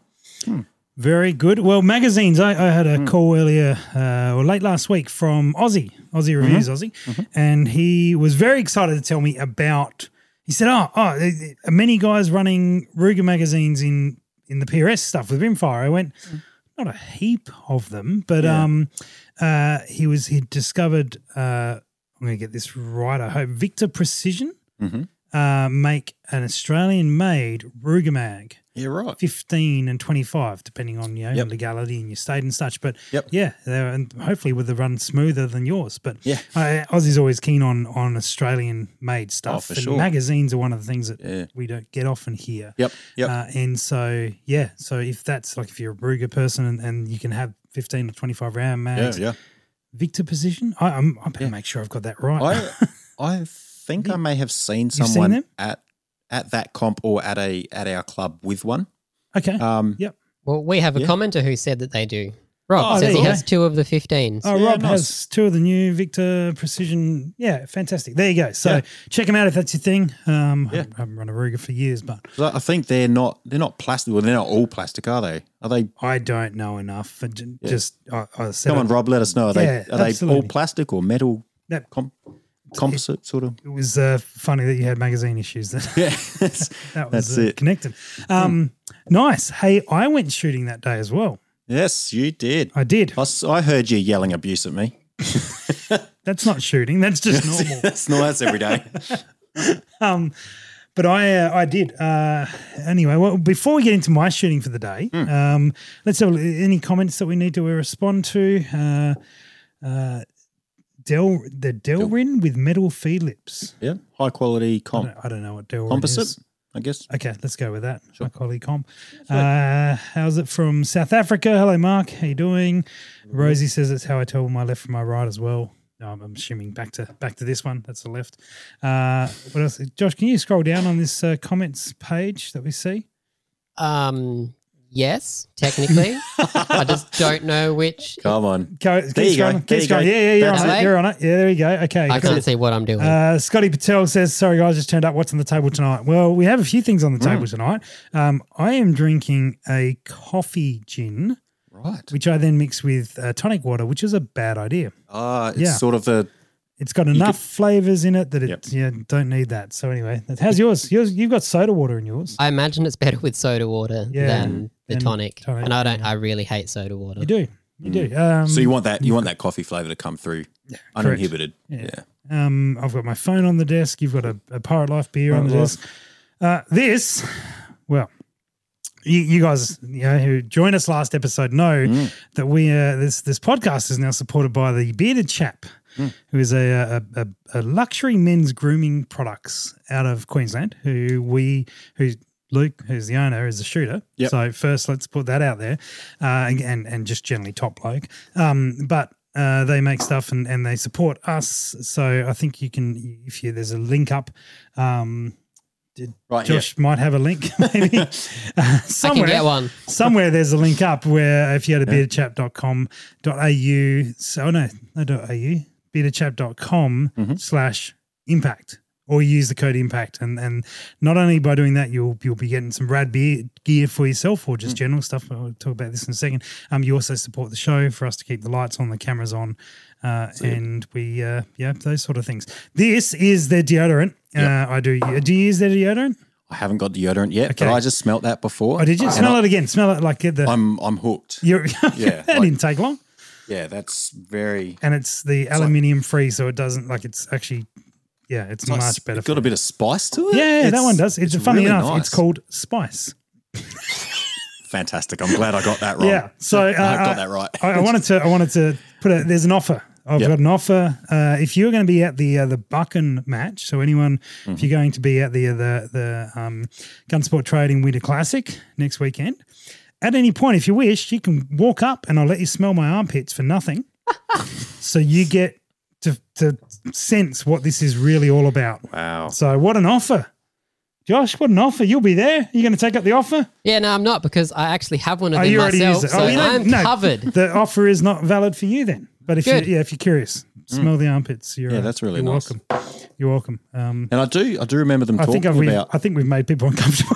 Speaker 1: Very good. Well, magazines. I, I had
Speaker 4: Hmm.
Speaker 1: a call earlier uh, or late last week from Aussie, Aussie
Speaker 4: Mm-hmm.
Speaker 1: Reviews Aussie, and he was very excited to tell me about. He said, "Oh, oh, th- th- many guys running Ruger magazines in in the PRS stuff with Rimfire." I went, "Not a heap of them, but
Speaker 4: Hmm. Yeah.
Speaker 1: um, uh, he was he discovered. Uh, I'm going to get this right. I hope Victor Precision
Speaker 4: Mm-hmm.
Speaker 1: uh, make an Australian-made Ruger mag."
Speaker 4: Yeah, right.
Speaker 1: 15 and 25, depending on your know,
Speaker 4: Yep.
Speaker 1: legality and your state and such. But
Speaker 4: Yep.
Speaker 1: yeah, they're, and hopefully with the run smoother than yours. But
Speaker 4: Yeah.
Speaker 1: I, Aussie's always keen on on Australian made stuff.
Speaker 4: Oh, for
Speaker 1: and
Speaker 4: sure.
Speaker 1: magazines are one of the things that
Speaker 4: Yeah.
Speaker 1: we don't get often here.
Speaker 4: Yep. Yep.
Speaker 1: Uh, and so, yeah, so if that's like if you're a Ruger person and, and you can have 15 to 25 round
Speaker 4: yeah,
Speaker 1: mags,
Speaker 4: yeah.
Speaker 1: Victor position, I, I'm, I better make sure I've got that right.
Speaker 4: I I think I may have seen
Speaker 1: seen
Speaker 4: someone
Speaker 1: them?
Speaker 4: at at that comp or at a at our club with one.
Speaker 1: *laughs* okay.
Speaker 4: Um,
Speaker 1: Yep.
Speaker 2: Well, we have a
Speaker 4: Yeah.
Speaker 2: commenter who said that they do.
Speaker 4: Oh,
Speaker 2: Rob
Speaker 1: there
Speaker 2: says he
Speaker 1: you
Speaker 2: has two of the 15s.
Speaker 1: Oh,
Speaker 4: Yeah,
Speaker 1: Rob
Speaker 4: nice.
Speaker 1: has two of the new Victor Precision. Yeah, fantastic. There you go. So
Speaker 4: Yeah.
Speaker 1: check them out if that's your thing. Um,
Speaker 4: Yeah.
Speaker 1: I haven't run a Ruger for years, but
Speaker 4: 'Cause I I think they're not they're not plastic. Well, they're not all plastic, are they? Are they?
Speaker 1: I don't know enough. But j- just I, I said
Speaker 4: Come on,
Speaker 1: it,
Speaker 4: Rob. Let us know. Are they
Speaker 1: Yeah,
Speaker 4: are they all
Speaker 1: absolutely.
Speaker 4: plastic or metal
Speaker 1: that
Speaker 4: comp, composite sort of?
Speaker 1: it was uh, funny that you had magazine issues. *laughs* That
Speaker 4: Yeah.
Speaker 1: *laughs* that was
Speaker 4: That's
Speaker 1: uh,
Speaker 4: it. Hmm.
Speaker 1: connected. Um, nice. Hey, I went shooting that day as well.
Speaker 4: yes, you did.
Speaker 1: I did.
Speaker 4: I s I I heard you yelling abuse at me.
Speaker 1: That's not shooting. That's just
Speaker 4: *laughs*
Speaker 1: normal.
Speaker 4: That's not us every
Speaker 1: *laughs*
Speaker 4: day.
Speaker 1: um, but I uh, I did. Uh, anyway, well, before we get into my shooting for the day, um, let's have a look. any comments that we need to respond to. Uh, uh, Del the Delrin with metal Phillips.
Speaker 4: yeah, high quality
Speaker 1: I
Speaker 4: comp
Speaker 1: don't, I don't know what Delrin
Speaker 4: composite,
Speaker 1: is.
Speaker 4: I guess.
Speaker 1: *laughs* Okay, let's go with that.
Speaker 4: Sure.
Speaker 1: My colleague comp. Uh, how's it from South Africa? Hello, Mark. How you doing? Rosie says it's how I tell my left from my right as well. No, I'm I'm assuming back to back to this one. That's the left. Uh, what else? Josh, can you scroll down on this uh, comments page that we see?
Speaker 2: Um, yes, technically. I just
Speaker 1: *laughs*
Speaker 2: don't know which.
Speaker 4: Come on,
Speaker 1: Go, keep
Speaker 4: There you go.
Speaker 1: scrolling,
Speaker 4: There
Speaker 1: Keep
Speaker 4: you
Speaker 1: scrolling.
Speaker 4: go.
Speaker 1: Yeah, yeah, you're
Speaker 4: That's
Speaker 1: on it.
Speaker 2: it.
Speaker 1: You're on it. Yeah, there you go. Okay.
Speaker 2: I
Speaker 1: that's
Speaker 2: can't
Speaker 1: it.
Speaker 2: see what I'm doing.
Speaker 1: Uh, Scotty Patel says, "Sorry guys, just turned up. What's on the table tonight?" Well, we have a few things on
Speaker 4: Hmm.
Speaker 1: the table tonight. Um, I am drinking a coffee gin.
Speaker 4: right?
Speaker 1: which I then mix with uh, tonic water, which is a bad idea.
Speaker 4: Ah, it's
Speaker 1: Yeah.
Speaker 4: sort of the
Speaker 1: It's got enough flavors in it that it yeah don't need that. So anyway, that- how's yours? Yours you've got soda water in yours.
Speaker 2: I imagine it's better with soda water
Speaker 1: Yeah,
Speaker 2: than the
Speaker 1: than
Speaker 2: tonic.
Speaker 1: tonic,
Speaker 2: And I don't. I really hate soda water.
Speaker 1: You do, you do. Um,
Speaker 4: Uh, mm. so you want that you want that coffee flavor to come through uninhibited. Yeah.
Speaker 1: um, I've got my phone on the desk. You've got a, a Pirate Life beer on the desk. Uh, this, well, you, you guys you know, who joined us last episode know that we uh, this this podcast is now supported by the Bearded Chap, who is a, a, a, a luxury men's grooming products out of Queensland. Who we who Luke, who's the owner, is a shooter.
Speaker 4: Yep.
Speaker 1: So first, let's put that out there, uh, and and just generally top bloke. Um, but uh, they make stuff and, and they support us. So I think you can if you there's a link up. Um,
Speaker 4: Right.
Speaker 1: Josh might have a link *laughs* maybe uh,
Speaker 2: I can
Speaker 1: somewhere
Speaker 2: get one.
Speaker 1: somewhere there's a link up where if you go to beardchap.com.au, so oh no, no dot au, beardchap.com
Speaker 4: Mhm.
Speaker 1: slash impact. Or use the code impact, and and not only by doing that, you'll you'll be getting some rad beer gear for yourself, or just general stuff. I'll talk about this in a second. Um, you also support the show for us to keep the lights on, the cameras on, uh, and we uh, yeah, those sort of things. This is their deodorant. Uh, I do. Do you use their deodorant?
Speaker 4: I haven't got deodorant yet,
Speaker 1: Okay.
Speaker 4: but I just smelt that before.
Speaker 1: Oh, did you
Speaker 4: And
Speaker 1: smell
Speaker 4: I-
Speaker 1: it again? Smell it like the.
Speaker 4: I'm I'm hooked.
Speaker 1: *laughs* you're,
Speaker 4: Yeah,
Speaker 1: that
Speaker 4: like-
Speaker 1: didn't take long,
Speaker 4: Yeah, that's very
Speaker 1: and it's the
Speaker 4: like-
Speaker 1: aluminium free, so it doesn't like it's actually. Yeah, it's,
Speaker 4: it's like-
Speaker 1: much better.
Speaker 4: It's got a bit of spice to it.
Speaker 1: yeah, yeah, that
Speaker 4: It's-
Speaker 1: one does. It's, funny
Speaker 4: really
Speaker 1: enough. It's
Speaker 4: nice.
Speaker 1: called Spice.
Speaker 4: Fantastic. I'm glad I got that right.
Speaker 1: *laughs* Yeah. So uh,
Speaker 4: *laughs* I
Speaker 1: uh,
Speaker 4: got that right.
Speaker 1: I, I wanted to. I wanted to put a. There's an offer. I've
Speaker 4: Yep.
Speaker 1: got an offer. Uh, if you're going to be at the uh, the Bucken match, so anyone,
Speaker 4: Mhm.
Speaker 1: if you're going to be at the the the um, Gunsport Trading Winter Classic next weekend, at any point, if you wish, you can walk up and I'll let you smell my armpits for
Speaker 4: *laughs*
Speaker 1: nothing. so you get to to sense what this is really all about.
Speaker 4: wow.
Speaker 1: So what an offer, Josh! What an offer! You'll be there. You're going to take up the offer.
Speaker 2: Yeah, no, I'm not because I actually have one of
Speaker 1: Oh,
Speaker 2: them
Speaker 1: you already
Speaker 2: myself.
Speaker 1: used it.
Speaker 2: So
Speaker 1: Oh, you don't-
Speaker 2: I'm
Speaker 1: no. *laughs*
Speaker 2: covered.
Speaker 1: the offer is not valid for you then. But if you,
Speaker 2: Good. Mm.
Speaker 1: yeah, if you're curious, smell the armpits. You're,
Speaker 4: Yeah,
Speaker 1: uh,
Speaker 4: that's really
Speaker 1: you're
Speaker 4: nice.
Speaker 1: welcome. You're welcome. Um,
Speaker 4: And I do I do remember them
Speaker 1: I
Speaker 4: talking
Speaker 1: think I've re-
Speaker 4: about
Speaker 1: I think we've made people *laughs* uncomfortable.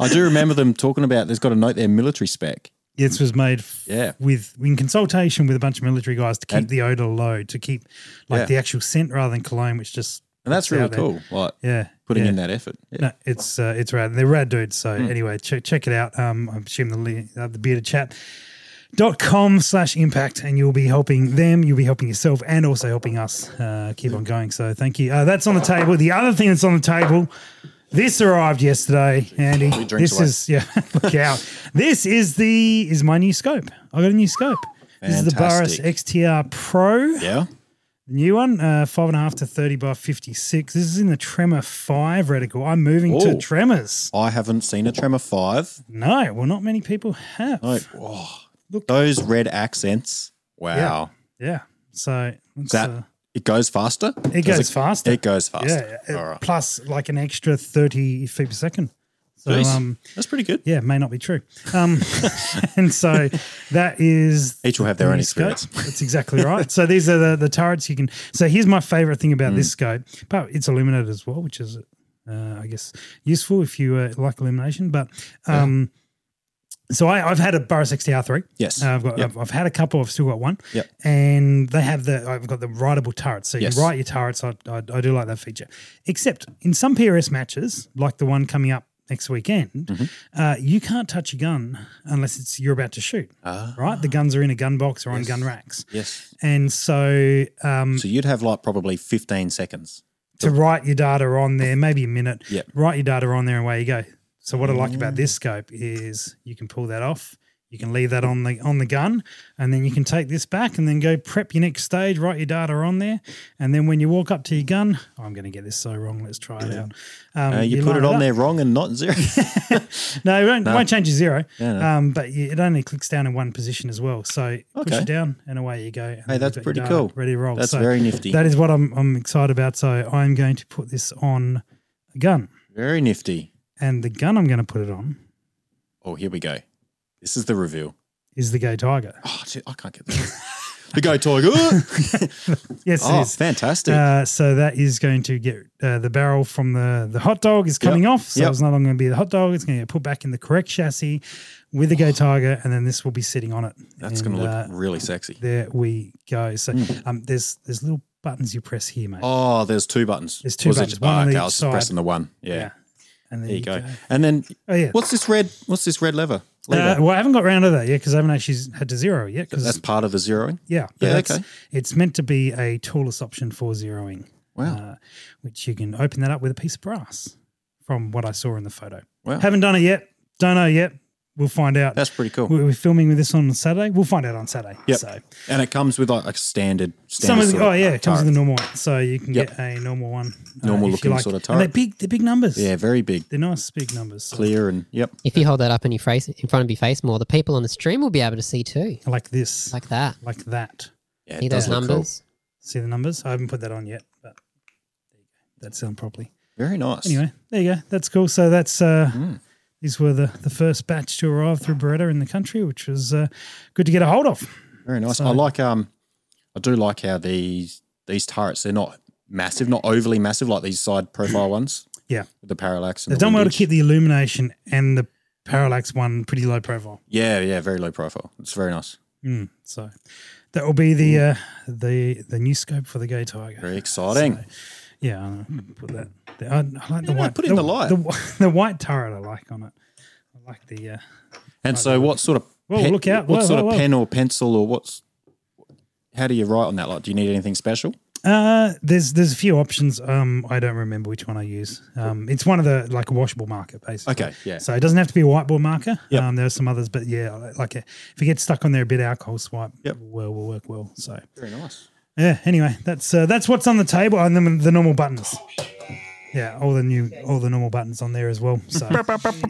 Speaker 4: I do remember them talking about there's got a note there, military spec.
Speaker 1: this was made f-
Speaker 4: Yeah.
Speaker 1: with in consultation with a bunch of military guys to keep
Speaker 4: And-
Speaker 1: the odor low, to keep like
Speaker 4: Yeah.
Speaker 1: the actual scent rather than cologne, which just
Speaker 4: And that's
Speaker 1: it's out
Speaker 4: really
Speaker 1: there.
Speaker 4: cool. Like
Speaker 1: Yeah,
Speaker 4: putting
Speaker 1: yeah.
Speaker 4: in that effort. Yeah.
Speaker 1: No, it's uh, it's rad. They're rad dudes. So anyway, check check it out. Um, I assume the li- uh, the bearded chat dot com slash impact and you'll be helping them you'll be helping yourself and also helping us uh, keep on going so thank you uh, that's on the table the other thing that's on the table this arrived yesterday andy
Speaker 4: drinks
Speaker 1: this
Speaker 4: away.
Speaker 1: is yeah *laughs* look out this is the is my new scope i got a new scope this is the Baris
Speaker 4: Fantastic.
Speaker 1: XTR Pro,
Speaker 4: Yeah.
Speaker 1: the new one, uh, five and a half to thirty by fifty-six. This is in the Tremor Five reticle. I'm moving to
Speaker 4: Whoa.
Speaker 1: Tremors.
Speaker 4: I haven't seen a Tremor 5.
Speaker 1: No, well, not many people have.
Speaker 4: Like, oh, those red accents. Wow.
Speaker 1: Yeah. So it's,
Speaker 4: That
Speaker 1: uh,
Speaker 4: it goes faster.
Speaker 1: it
Speaker 4: Does
Speaker 1: goes faster.
Speaker 4: It goes faster.
Speaker 1: yeah. it-
Speaker 4: All right.
Speaker 1: Plus, like an extra 30 feet per second. So,
Speaker 4: Jeez.
Speaker 1: um,
Speaker 4: that's pretty good.
Speaker 1: yeah, may not be true. Um, *laughs* and so that is
Speaker 4: Each will have their own
Speaker 1: new scope.
Speaker 4: experience.
Speaker 1: That's exactly right. so these are the, the turrets you can. So here's my favorite thing
Speaker 4: Hmm.
Speaker 1: about this scope, but it's illuminated as well, which is, uh, I guess, useful if you uh, like illumination. But um, so I, I've had a Burris XTR3.
Speaker 4: Yes.
Speaker 1: Uh, I've got.
Speaker 4: Yep.
Speaker 1: I've, I've had a couple. I've still got one.
Speaker 4: Yep.
Speaker 1: And they have the. I've got the writable turrets, so
Speaker 4: Yes.
Speaker 1: you write your turrets. I, I, I do like that feature. Except in some PRS matches, like the one coming up next weekend,
Speaker 4: Mm-hmm.
Speaker 1: uh, you can't touch a gun unless it's you're about to shoot.
Speaker 4: Ah.
Speaker 1: right. The guns are in a gun box or on gun racks,
Speaker 4: Yes.
Speaker 1: and so um,
Speaker 4: So you'd have like probably 15 seconds.
Speaker 1: to write your data on there, maybe a minute.
Speaker 4: Yep. Mm.
Speaker 1: Write your data on there, and away you go. So what I like about this scope is you can pull that off. You can leave that on the on the gun, and then you can take this back and then go prep your next stage. Write your data on there, and then when you walk up to your gun, oh, I'm going to get this so wrong. Let's try it out. Um,
Speaker 4: Uh, you, put
Speaker 1: line
Speaker 4: it on
Speaker 1: up.
Speaker 4: there wrong and not zero.
Speaker 1: *laughs* No, it won't, it won't change your zero.
Speaker 4: no.
Speaker 1: Um, but you, it only clicks down in one position as well. So push
Speaker 4: Okay.
Speaker 1: it down, and away you go. and then
Speaker 4: hey,
Speaker 1: you've
Speaker 4: that's
Speaker 1: got your
Speaker 4: pretty
Speaker 1: data
Speaker 4: cool.
Speaker 1: Ready to roll.
Speaker 4: That's
Speaker 1: So-
Speaker 4: very nifty.
Speaker 1: that is what I'm, I'm excited about. So I'm going to put this on a gun,
Speaker 4: very nifty.
Speaker 1: and the gun I'm going to put it on
Speaker 4: Oh, here we go. This is the reveal.
Speaker 1: is the Go Tiger.
Speaker 4: Oh, gee, I can't get that. the
Speaker 1: *laughs*
Speaker 4: go tiger. *laughs*
Speaker 1: Yes,
Speaker 4: oh,
Speaker 1: it is.
Speaker 4: fantastic.
Speaker 1: Uh, so that is going to get uh, the barrel from the the hot dog is coming off. So
Speaker 4: Yep.
Speaker 1: it's no longer going to be the hot dog. It's going to get put back in the correct chassis with the Go Tiger, and then this will be sitting on it.
Speaker 4: Oh. that's
Speaker 1: And,
Speaker 4: going to look
Speaker 1: uh,
Speaker 4: really sexy.
Speaker 1: there we go. So um, there's there's little buttons you press here, mate.
Speaker 4: Oh, there's two buttons.
Speaker 1: There's two
Speaker 4: Was it-
Speaker 1: buttons, one on
Speaker 4: okay,
Speaker 1: each
Speaker 4: I was
Speaker 1: side.
Speaker 4: just pressing the one. Yeah.
Speaker 1: And
Speaker 4: There you go. And then
Speaker 1: Oh yeah.
Speaker 4: what's this red? What's this red lever?
Speaker 1: Uh,
Speaker 4: lever?
Speaker 1: well, I haven't got round to that yet because I haven't actually had to zero yet. Because
Speaker 4: that's part of the zeroing.
Speaker 1: Yeah, but
Speaker 4: Yeah,
Speaker 1: that's,
Speaker 4: okay.
Speaker 1: it's meant to be a toolless option for zeroing,
Speaker 4: Wow.
Speaker 1: uh, which you can open that up with a piece of brass, from what I saw in the photo.
Speaker 4: Wow.
Speaker 1: Haven't done it yet. Don't know yet. We'll find out.
Speaker 4: That's pretty cool.
Speaker 1: We- We're filming with this on Saturday. We'll find out on Saturday.
Speaker 4: Yep.
Speaker 1: So
Speaker 4: And it comes with like a standard, standard
Speaker 1: some of the,
Speaker 4: sort
Speaker 1: oh yeah, it comes
Speaker 4: turret.
Speaker 1: with the normal one, so you can
Speaker 4: Yep.
Speaker 1: get a normal one, uh,
Speaker 4: Normal
Speaker 1: if you
Speaker 4: looking sort of
Speaker 1: And they're
Speaker 4: turret.
Speaker 1: big. They're big numbers.
Speaker 4: Yeah, very big,
Speaker 1: they're nice big numbers. So
Speaker 4: clear, and yep.
Speaker 2: If you hold that up in your face, in front of your face more, the people on the stream will be able to see too,
Speaker 1: like this, like,
Speaker 2: like that.
Speaker 1: that.
Speaker 4: Yeah,
Speaker 2: See
Speaker 4: it
Speaker 2: those
Speaker 4: does look cool.
Speaker 2: numbers.
Speaker 1: See the numbers? I haven't put that on yet, but that's done properly.
Speaker 4: Very nice.
Speaker 1: anyway, there you go. That's cool. So that's uh,
Speaker 4: Mm.
Speaker 1: these were the the first batch to arrive through Beretta in the country, which was uh, good to get a hold of.
Speaker 4: very nice.
Speaker 1: So-
Speaker 4: I like um, I do like how these these turrets they're not massive, not overly massive like these side *clears throat* profile ones.
Speaker 1: Yeah.
Speaker 4: with the parallax. And
Speaker 1: They've
Speaker 4: the
Speaker 1: done well to
Speaker 4: windage.
Speaker 1: keep the illumination and the parallax one pretty low profile.
Speaker 4: Yeah, yeah, very low profile. It's very nice.
Speaker 1: Mm,
Speaker 4: Hmm.
Speaker 1: so that will be the uh, the the new scope for the Gay Tiger.
Speaker 4: Very exciting.
Speaker 1: So, Yeah, I know. put that. There. I, I like the
Speaker 4: no,
Speaker 1: white.
Speaker 4: put it in the light.
Speaker 1: The, *laughs* wh- the white turret I like on it. I like the. Uh,
Speaker 4: And so, what sort of
Speaker 1: Whoa,
Speaker 4: pen-
Speaker 1: look out.
Speaker 4: What
Speaker 1: Whoa,
Speaker 4: sort
Speaker 1: whoa,
Speaker 4: of
Speaker 1: whoa.
Speaker 4: pen or pencil or what's? How do you write on that? Like, do you need anything special?
Speaker 1: Uh, there's there's a few options. Um, I don't remember which one I use. Um, it's one of the like a washable marker basically.
Speaker 4: Okay, yeah.
Speaker 1: So it doesn't have to be a whiteboard marker.
Speaker 4: Yep.
Speaker 1: Um, there are some others, but yeah, like uh if you get stuck on there, a bit of alcohol swipe
Speaker 4: Yep.
Speaker 1: well will work well. So
Speaker 4: Very nice.
Speaker 1: yeah. Anyway, that's uh, that's what's on the table, and then the normal buttons. Yeah, all the new all the normal buttons on there as well.
Speaker 4: *laughs*
Speaker 1: So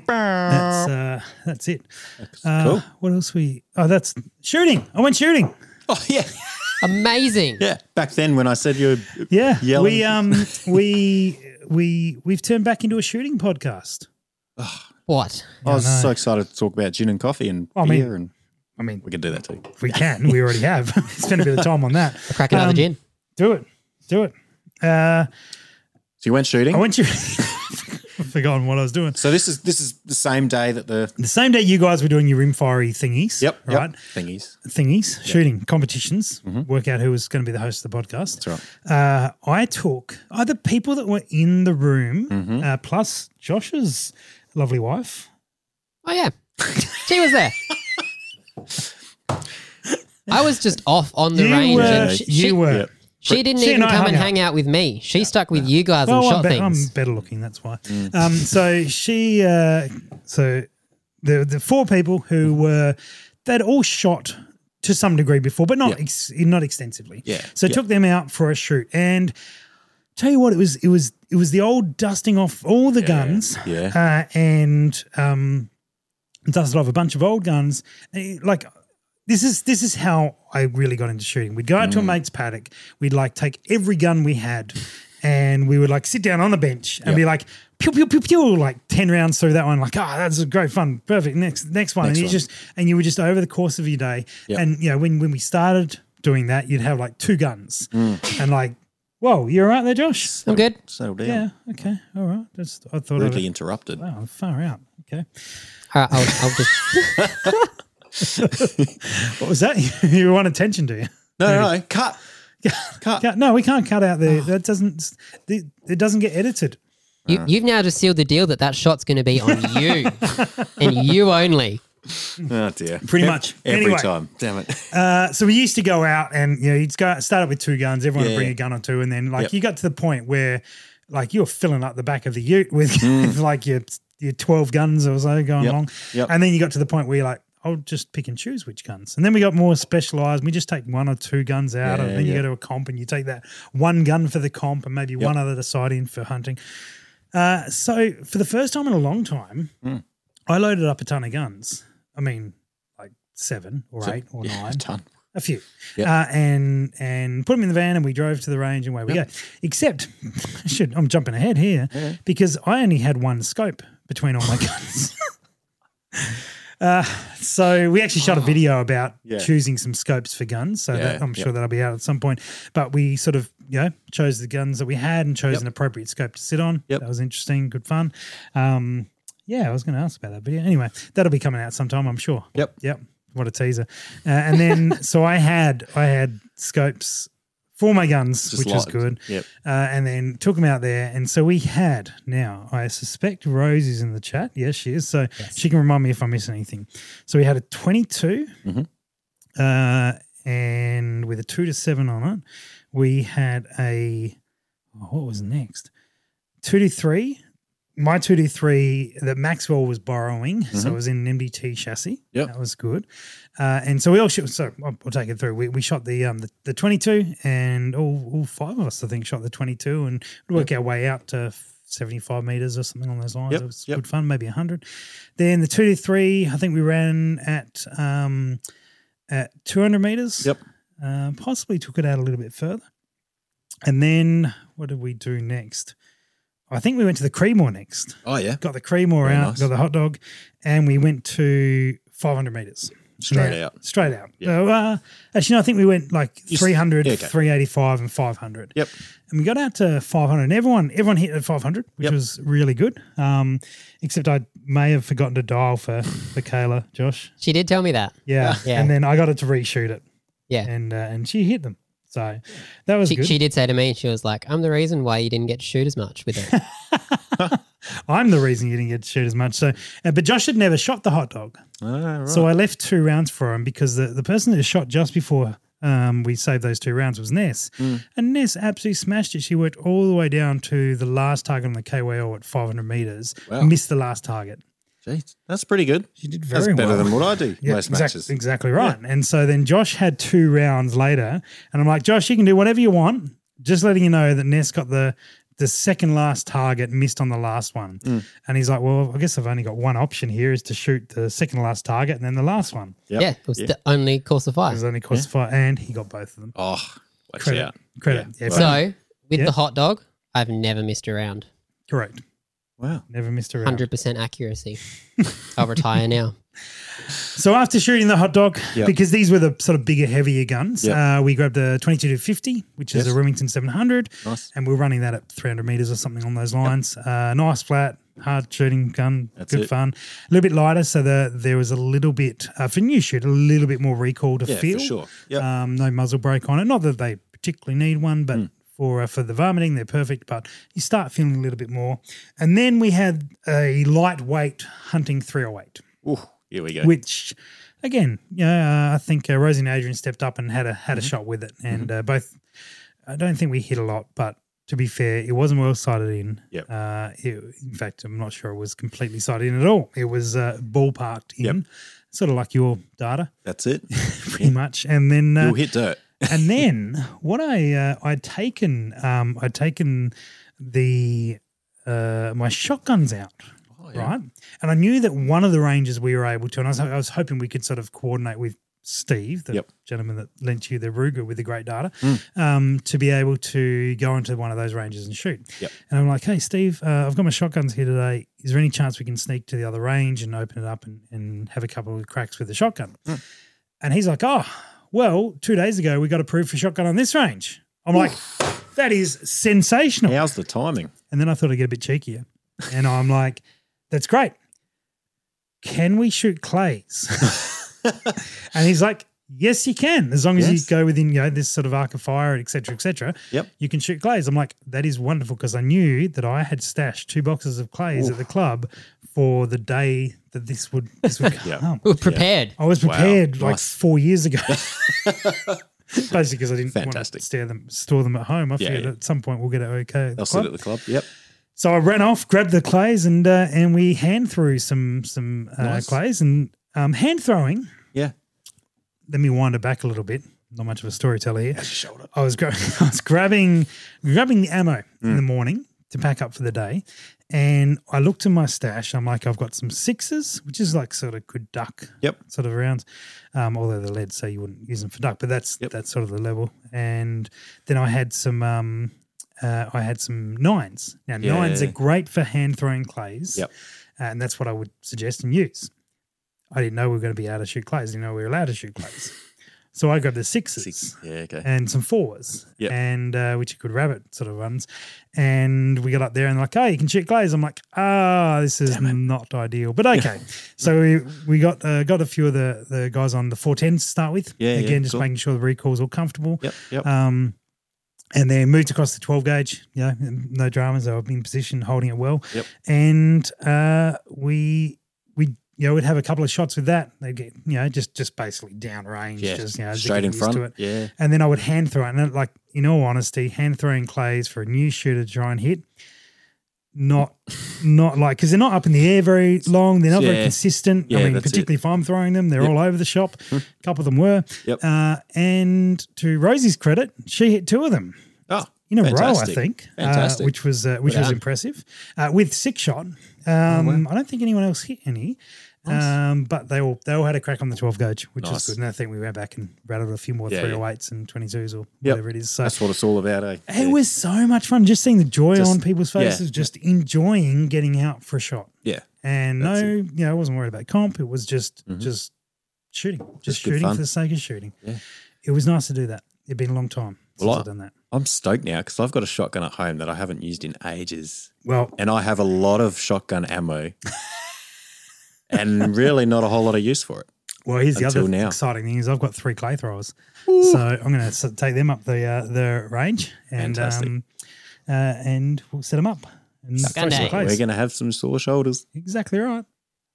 Speaker 1: that's uh, that's it. Uh,
Speaker 4: cool.
Speaker 1: What else we? Oh, that's shooting. I went shooting.
Speaker 4: Oh *laughs* yeah,
Speaker 2: Amazing.
Speaker 4: yeah. Back then, when I said you,
Speaker 1: Yeah,
Speaker 4: Yelling.
Speaker 1: we um
Speaker 4: *laughs*
Speaker 1: we we we've turned back into a shooting podcast.
Speaker 2: What?
Speaker 4: I was
Speaker 1: I know.
Speaker 4: so excited to talk about gin and coffee and
Speaker 1: I mean-
Speaker 4: beer, and
Speaker 1: I mean,
Speaker 4: we could do that too.
Speaker 1: if we can. We already have *laughs* spent a bit of time on that.
Speaker 2: Crack another
Speaker 1: Um,
Speaker 2: gin.
Speaker 1: Do it, do it. Uh,
Speaker 4: So you went shooting.
Speaker 1: I went you. I've forgotten what *laughs* I was doing.
Speaker 4: so this is this is the same day that the
Speaker 1: The same day you guys were doing your rimfirey thingies. Right.
Speaker 4: thingies.
Speaker 1: Thingies, shooting competitions. Work out who was going to be the host of the podcast.
Speaker 4: Mm-hmm. That's right.
Speaker 1: uh, I took uh, the people that were in the room,
Speaker 4: Mm-hmm.
Speaker 1: uh, plus Josh's lovely wife.
Speaker 2: Oh yeah, she was there. I was just off on the
Speaker 1: You
Speaker 2: range.
Speaker 1: were,
Speaker 2: and she,
Speaker 1: you
Speaker 2: she,
Speaker 1: were.
Speaker 4: Yep.
Speaker 2: she didn't
Speaker 1: She and
Speaker 2: even
Speaker 1: I
Speaker 2: come
Speaker 1: hung
Speaker 2: and
Speaker 1: out.
Speaker 2: hang out with me. She stuck with you guys and
Speaker 1: I'm,
Speaker 2: shot
Speaker 1: be-
Speaker 2: things.
Speaker 1: I'm better looking, that's why.
Speaker 4: Mm.
Speaker 1: Um, so she, uh, so the the four people who
Speaker 4: Mm.
Speaker 1: were they'd all shot to some degree before, but not
Speaker 4: Yeah.
Speaker 1: ex- not extensively.
Speaker 4: Yeah.
Speaker 1: So
Speaker 4: Yeah.
Speaker 1: took them out for a shoot, and tell you what, it was it was it was the old dusting off all the guns,
Speaker 4: *laughs* Yeah.
Speaker 1: uh, and um, dusted off a bunch of old guns, Eh, like. This is this is how I really got into shooting. We'd go out
Speaker 4: Mm.
Speaker 1: to a mate's paddock. We'd like take every gun we had, and we would like sit down on the bench and be like pew pew pew pew, like ten rounds through that one. Like ah, that's great fun, perfect. Next next one, and
Speaker 4: Next
Speaker 1: you
Speaker 4: one.
Speaker 1: just and you were just over the course of your day.
Speaker 4: Yep.
Speaker 1: And you know when when we started doing that, you'd have like two guns,
Speaker 4: Mm.
Speaker 1: and like whoa, you're right there, Josh.
Speaker 2: I'm good.
Speaker 4: Settle down.
Speaker 1: Yeah, okay, all right. That's I thought. I
Speaker 4: Rudely
Speaker 1: was,
Speaker 4: interrupted.
Speaker 1: wow, Oh, I'm far out. Okay,
Speaker 2: All right, I'll,
Speaker 1: *laughs*
Speaker 2: I'll just.
Speaker 1: what was that? *laughs* you want attention, do you?
Speaker 4: No, no, no. Cut. Cut.
Speaker 1: Yeah, no, we can't cut out the. That doesn't. the- It doesn't get edited.
Speaker 2: You, you've now just sealed the deal that that shot's going to be on
Speaker 1: *laughs*
Speaker 2: you and you only.
Speaker 4: Oh dear.
Speaker 1: Pretty much.
Speaker 4: Every
Speaker 1: Anyway.
Speaker 4: time. Damn it. *laughs*
Speaker 1: Uh, so we used to go out and you know you'd go start up with two guns. Everyone would
Speaker 4: Yeah,
Speaker 1: bring
Speaker 4: yeah.
Speaker 1: a gun or two, and then like
Speaker 4: Yep.
Speaker 1: you got to the point where like you were filling up the back of the Ute with *laughs* like your your twelve guns or so going
Speaker 4: Mm. Yep,
Speaker 1: along,
Speaker 4: yep.
Speaker 1: and then you got to the point where you're like. I'll just pick and choose which guns. And then we got more specialized. We just take one or two guns out,
Speaker 4: Yeah,
Speaker 1: and then you
Speaker 4: yeah.
Speaker 1: go to a comp and you take that one gun for the comp and maybe one other to side in for hunting. Uh, so, for the first time in a long time,
Speaker 4: Mm.
Speaker 1: I loaded up a ton of guns. I mean, like seven or eight or nine
Speaker 4: Done.
Speaker 1: a few,
Speaker 4: Yep.
Speaker 1: uh, and and put them in the van, and we drove to the range, and away we go. Except, *laughs* I should I'm jumping ahead here because I only had one scope between all my *laughs*
Speaker 4: *laughs*
Speaker 1: guns. Uh, so we actually shot a video about
Speaker 4: Ah. Yeah.
Speaker 1: choosing some scopes for guns. So that,
Speaker 4: Yeah,
Speaker 1: I'm sure
Speaker 4: yep.
Speaker 1: that'll be out at some point. But we sort of, you know, chose the guns that we had and chose
Speaker 4: Yep.
Speaker 1: an appropriate scope to sit on.
Speaker 4: Yep.
Speaker 1: That was interesting, good fun. Um, yeah, I was going to ask about that video. Anyway, that'll be coming out sometime, I'm sure.
Speaker 4: Yep.
Speaker 1: Yep. What a teaser. Uh, and then *laughs* so I had I had scopes for my guns,
Speaker 4: Just
Speaker 1: which was
Speaker 4: light.
Speaker 1: good.
Speaker 4: Yep.
Speaker 1: Uh, and then took them out there. And so we had now, I suspect Rose is in the chat. Yes, she is. So she can remind me if I miss anything. So we had a 22
Speaker 4: Mhm.
Speaker 1: uh, and with a 2 to 7 on it. We had a, oh, what was next? 2 to 3. My 2 to 3 that Maxwell was borrowing. So it was in an MDT chassis.
Speaker 4: Mm-hmm. Yep.
Speaker 1: That was good. Uh, and so we all shot, so I'll, I'll take it through. We, we shot the um the, the 22 and all, all five of us, I think, shot the 22 and work our way out to 75 meters or something on those lines.
Speaker 4: Yep,
Speaker 1: It was
Speaker 4: yep.
Speaker 1: good fun, maybe 100. Then the 2 to 3, I think we ran at um at 200 meters.
Speaker 4: Yep.
Speaker 1: Uh, possibly took it out a little bit further. And then what did we do next? I think we went to the Creemore next
Speaker 4: Oh yeah.
Speaker 1: got the cream or
Speaker 4: Very
Speaker 1: out,
Speaker 4: nice.
Speaker 1: got the hot dog, and we went to 500 meters.
Speaker 4: Straight
Speaker 1: Now-
Speaker 4: out.
Speaker 1: Straight out.
Speaker 4: Yeah.
Speaker 1: So, uh, actually, no, I think we went like
Speaker 4: Just-
Speaker 1: 300,
Speaker 4: yeah, okay.
Speaker 1: 385, and 500.
Speaker 4: Yep.
Speaker 1: And we got out to 500, and everyone everyone hit at 500, which
Speaker 4: Yep.
Speaker 1: was really good. Um, except I may have forgotten to dial for, for Kayla, Josh.
Speaker 2: She did tell me that.
Speaker 1: Yeah.
Speaker 2: Yeah.
Speaker 1: And then I got it to reshoot it,
Speaker 2: Yeah.
Speaker 1: and uh, and she hit them. So that was
Speaker 2: She,
Speaker 1: good.
Speaker 2: she did say to me, she was like, I'm the reason why you didn't get to shoot as much
Speaker 1: *laughs*
Speaker 2: with it.
Speaker 1: I'm the reason you didn't get to shoot as much. So, uh, but Josh had never shot the hot dog,
Speaker 4: Ah, right.
Speaker 1: so I left two rounds for him because the, the person that shot just before um, we saved those two rounds was Ness,
Speaker 4: Hmm.
Speaker 1: and Ness absolutely smashed it. She worked all the way down to the last target on the KYO at 500 meters,
Speaker 4: Wow.
Speaker 1: missed the last target.
Speaker 4: Jeez, that's pretty good.
Speaker 1: She did
Speaker 4: That's
Speaker 1: very
Speaker 4: better
Speaker 1: well.
Speaker 4: than what I do
Speaker 1: *laughs* Yeah,
Speaker 4: most
Speaker 1: exact-
Speaker 4: matches.
Speaker 1: Exactly right. And so then Josh had two rounds later, and I'm like, Josh, you can do whatever you want. Just letting you know that Ness got the the second last target missed on the last one.
Speaker 4: Mm.
Speaker 1: And he's like, Well, I guess I've only got one option here is to shoot the second last target and then the last one.
Speaker 4: Yep.
Speaker 2: Yeah, it was the only course of
Speaker 1: It
Speaker 2: fire.
Speaker 1: was only cost five, and he got both of them.
Speaker 4: Oh, watch
Speaker 1: Credit.
Speaker 4: out.
Speaker 1: Credit.
Speaker 4: Yeah,
Speaker 1: Yeah,
Speaker 4: well.
Speaker 1: so-
Speaker 2: So with
Speaker 1: Yeah.
Speaker 2: the hot dog, I've never missed a round.
Speaker 1: correct.
Speaker 4: Wow.
Speaker 1: Never missed a round.
Speaker 2: 100% accuracy. I'll retire now.
Speaker 1: So after shooting the hot dog,
Speaker 4: Yep.
Speaker 1: because these were the sort of bigger, heavier guns,
Speaker 4: Yep.
Speaker 1: uh, we grabbed the 22 to 50, which is
Speaker 4: Yes.
Speaker 1: a Remington 700.
Speaker 4: Nice.
Speaker 1: and we we're running that at 300 meters or something on those lines. Uh, nice flat, hard shooting gun,
Speaker 4: That's
Speaker 1: good
Speaker 4: it.
Speaker 1: fun. A little bit lighter, so the, there was a little bit uh, for new shoot, a little bit more recoil to
Speaker 4: Yeah,
Speaker 1: feel.
Speaker 4: for sure. Yep.
Speaker 1: Um, no muzzle break on it. Not that they particularly need one, but
Speaker 4: Mm.
Speaker 1: for uh, for the vomiting, they're perfect. But you start feeling a little bit more, and then we had a lightweight hunting 308
Speaker 4: Ooh, here we go.
Speaker 1: which again yeah uh, i think uh, rosie and adrian stepped up and had a had a
Speaker 4: Mm-hmm.
Speaker 1: shot with it and uh, both i don't think we hit a lot but to be fair it wasn't well sighted in
Speaker 4: Yep.
Speaker 1: uh, it, in fact i'm not sure it was completely sighted in at all it was uh, ballparked in
Speaker 4: Yep.
Speaker 1: sort of like your data
Speaker 4: That's
Speaker 1: *laughs*
Speaker 4: it.
Speaker 1: pretty much and then uh,
Speaker 4: You'll hit dirt.
Speaker 1: and then what I uh, I'd taken um, I'd taken the uh, my shotguns out.
Speaker 4: Oh, yeah.
Speaker 1: Right, and I knew that one of the ranges we were able to, and I was, I was hoping we could sort of coordinate with Steve, the
Speaker 4: Yep. Hmm.
Speaker 1: gentleman that lent you the Ruger with the great data, um, to be able to go into one of those ranges and shoot.
Speaker 4: Yep.
Speaker 1: And I'm like, hey, Steve, uh, I've got my shotguns here today. Is there any chance we can sneak to the other range and open it up and, and have a couple of cracks with the shotgun?
Speaker 4: Hmm.
Speaker 1: And he's like, oh, well, two days ago, we got approved for shotgun on this range. I'm like, that is sensational.
Speaker 4: Oh, How's the timing?
Speaker 1: And then I thought I'd get a bit cheekier. And I'm like, that's great. Can we shoot
Speaker 4: *laughs*
Speaker 1: clays? and he's like, yes, you can. As long as
Speaker 4: Yes.
Speaker 1: you go within, you know, this sort of arc of fire, et cetera, et cetera,
Speaker 4: Yep.
Speaker 1: you can shoot clays. I'm like, that is wonderful because I knew that I had stashed two boxes of clays at the club for the day that this would this
Speaker 4: *laughs*
Speaker 1: would come.
Speaker 4: Yeah.
Speaker 2: We were prepared.
Speaker 1: I was
Speaker 4: Wow,
Speaker 1: prepared like
Speaker 4: nice.
Speaker 1: four years
Speaker 4: *laughs*
Speaker 1: ago. Basically, because I didn't want to
Speaker 4: Fantastic.
Speaker 1: stare them, store them at home. I
Speaker 4: Yeah,
Speaker 1: figured
Speaker 4: yeah.
Speaker 1: at some point we'll get it okay. at the
Speaker 4: They'll sit
Speaker 1: club.
Speaker 4: at the club. Yep.
Speaker 1: So I ran off, grabbed the clays, and uh, and we hand threw some some uh,
Speaker 4: Nice.
Speaker 1: clays and um, hand throwing.
Speaker 4: Yeah.
Speaker 1: Let me wind it back a little bit. Not much of a storyteller here.
Speaker 4: Shoulder.
Speaker 1: I was gra- *laughs* I was grabbing grabbing the ammo in
Speaker 4: Mm.
Speaker 1: the morning to pack up for the day, and I looked in my stash. I'm like, I've got some sixes, which is like sort of good duck
Speaker 4: Yep.
Speaker 1: sort of rounds, um, although they're lead, so you wouldn't use them for duck. But that's
Speaker 4: Yep.
Speaker 1: that's sort of the level. And then I had some um, uh, I had some nines. Now
Speaker 4: Yeah.
Speaker 1: nines are great for hand throwing clays,
Speaker 4: Yep.
Speaker 1: and that's what I would suggest and use. I didn't know we were going to be allowed to shoot clays. I didn't know we were allowed to shoot
Speaker 4: *laughs*
Speaker 1: clays. So I grabbed the sixes
Speaker 4: Six. Yeah. Okay.
Speaker 1: and some fours,
Speaker 4: Yep.
Speaker 1: and uh, which are good rabbit sort of runs. And we got up there and like, oh, you can shoot glaze. I'm like, ah, this is not ideal, but
Speaker 4: *laughs*
Speaker 1: okay. so we, we got uh, got a few of the, the guys on the 410s to start with.
Speaker 4: Yeah, yeah,
Speaker 1: again, just
Speaker 4: cool.
Speaker 1: making sure the recall's all comfortable.
Speaker 4: Yep. Yep.
Speaker 1: Um, and then moved across the 12 gauge. You know, no dramas. They were in position, holding it well.
Speaker 4: Yep.
Speaker 1: And uh, we we you know we'd have a couple of shots with that. They would get you know just just basically downrange.
Speaker 4: yeah.
Speaker 1: Just you know, as they
Speaker 4: Straight
Speaker 1: get
Speaker 4: in
Speaker 1: used
Speaker 4: front.
Speaker 1: To it
Speaker 4: Yeah.
Speaker 1: and then I would hand throw it. And like, in all honesty, hand throwing clays for a new shooter to try and hit, not, not like because they're not up in the air very long. They're not very
Speaker 4: Yeah.
Speaker 1: consistent.
Speaker 4: Yeah,
Speaker 1: I mean,
Speaker 4: that's it.
Speaker 1: particularly if I'm throwing them, they're
Speaker 4: Yep. Hmm.
Speaker 1: all over the shop. a couple of them were.
Speaker 4: Yep.
Speaker 1: Uh, and to Rosie's credit, she hit two of them
Speaker 4: Oh,
Speaker 1: in a row, I
Speaker 4: Fantastic.
Speaker 1: think, uh,
Speaker 4: Fantastic.
Speaker 1: which was uh, which
Speaker 4: Well
Speaker 1: was
Speaker 4: done.
Speaker 1: impressive uh, with six shot. Um,
Speaker 4: Oh,
Speaker 1: I don't think anyone else hit any, um, but they all they all had a crack on the twelve gauge, which was
Speaker 4: Nice.
Speaker 1: good. And I think we went back and rattled a few more
Speaker 4: Yeah,
Speaker 1: three
Speaker 4: yeah.
Speaker 1: hundred eights and twenty twos or
Speaker 4: Yep.
Speaker 1: whatever it is. So
Speaker 4: that's what it's all about, eh?
Speaker 1: it was so much fun just seeing the joy
Speaker 4: Just-
Speaker 1: on people's
Speaker 4: yeah.
Speaker 1: faces, just enjoying getting out for a shot.
Speaker 4: Yeah.
Speaker 1: And
Speaker 4: That's
Speaker 1: no, you know, I wasn't worried about comp. It was just just shooting, just,
Speaker 4: Just good
Speaker 1: shooting
Speaker 4: fun.
Speaker 1: for the sake of shooting.
Speaker 4: Yeah.
Speaker 1: It was nice to do that. It'd been a long time since
Speaker 4: Well, I-
Speaker 1: I've done that.
Speaker 4: I'm stoked now because I've got a shotgun at home that I haven't used in ages.
Speaker 1: Well,
Speaker 4: and I have
Speaker 1: *laughs*
Speaker 4: a lot of shotgun ammo and really not a whole lot of use for it.
Speaker 1: Well, here's the other
Speaker 4: Until now.
Speaker 1: exciting thing is I've got three clay throwers, so I'm going to take them up the uh, the range and
Speaker 4: Fantastic.
Speaker 1: um, uh, and we'll set them up. And throw some
Speaker 2: Sunday.
Speaker 1: clays.
Speaker 4: We're going to have some sore shoulders.
Speaker 1: exactly right.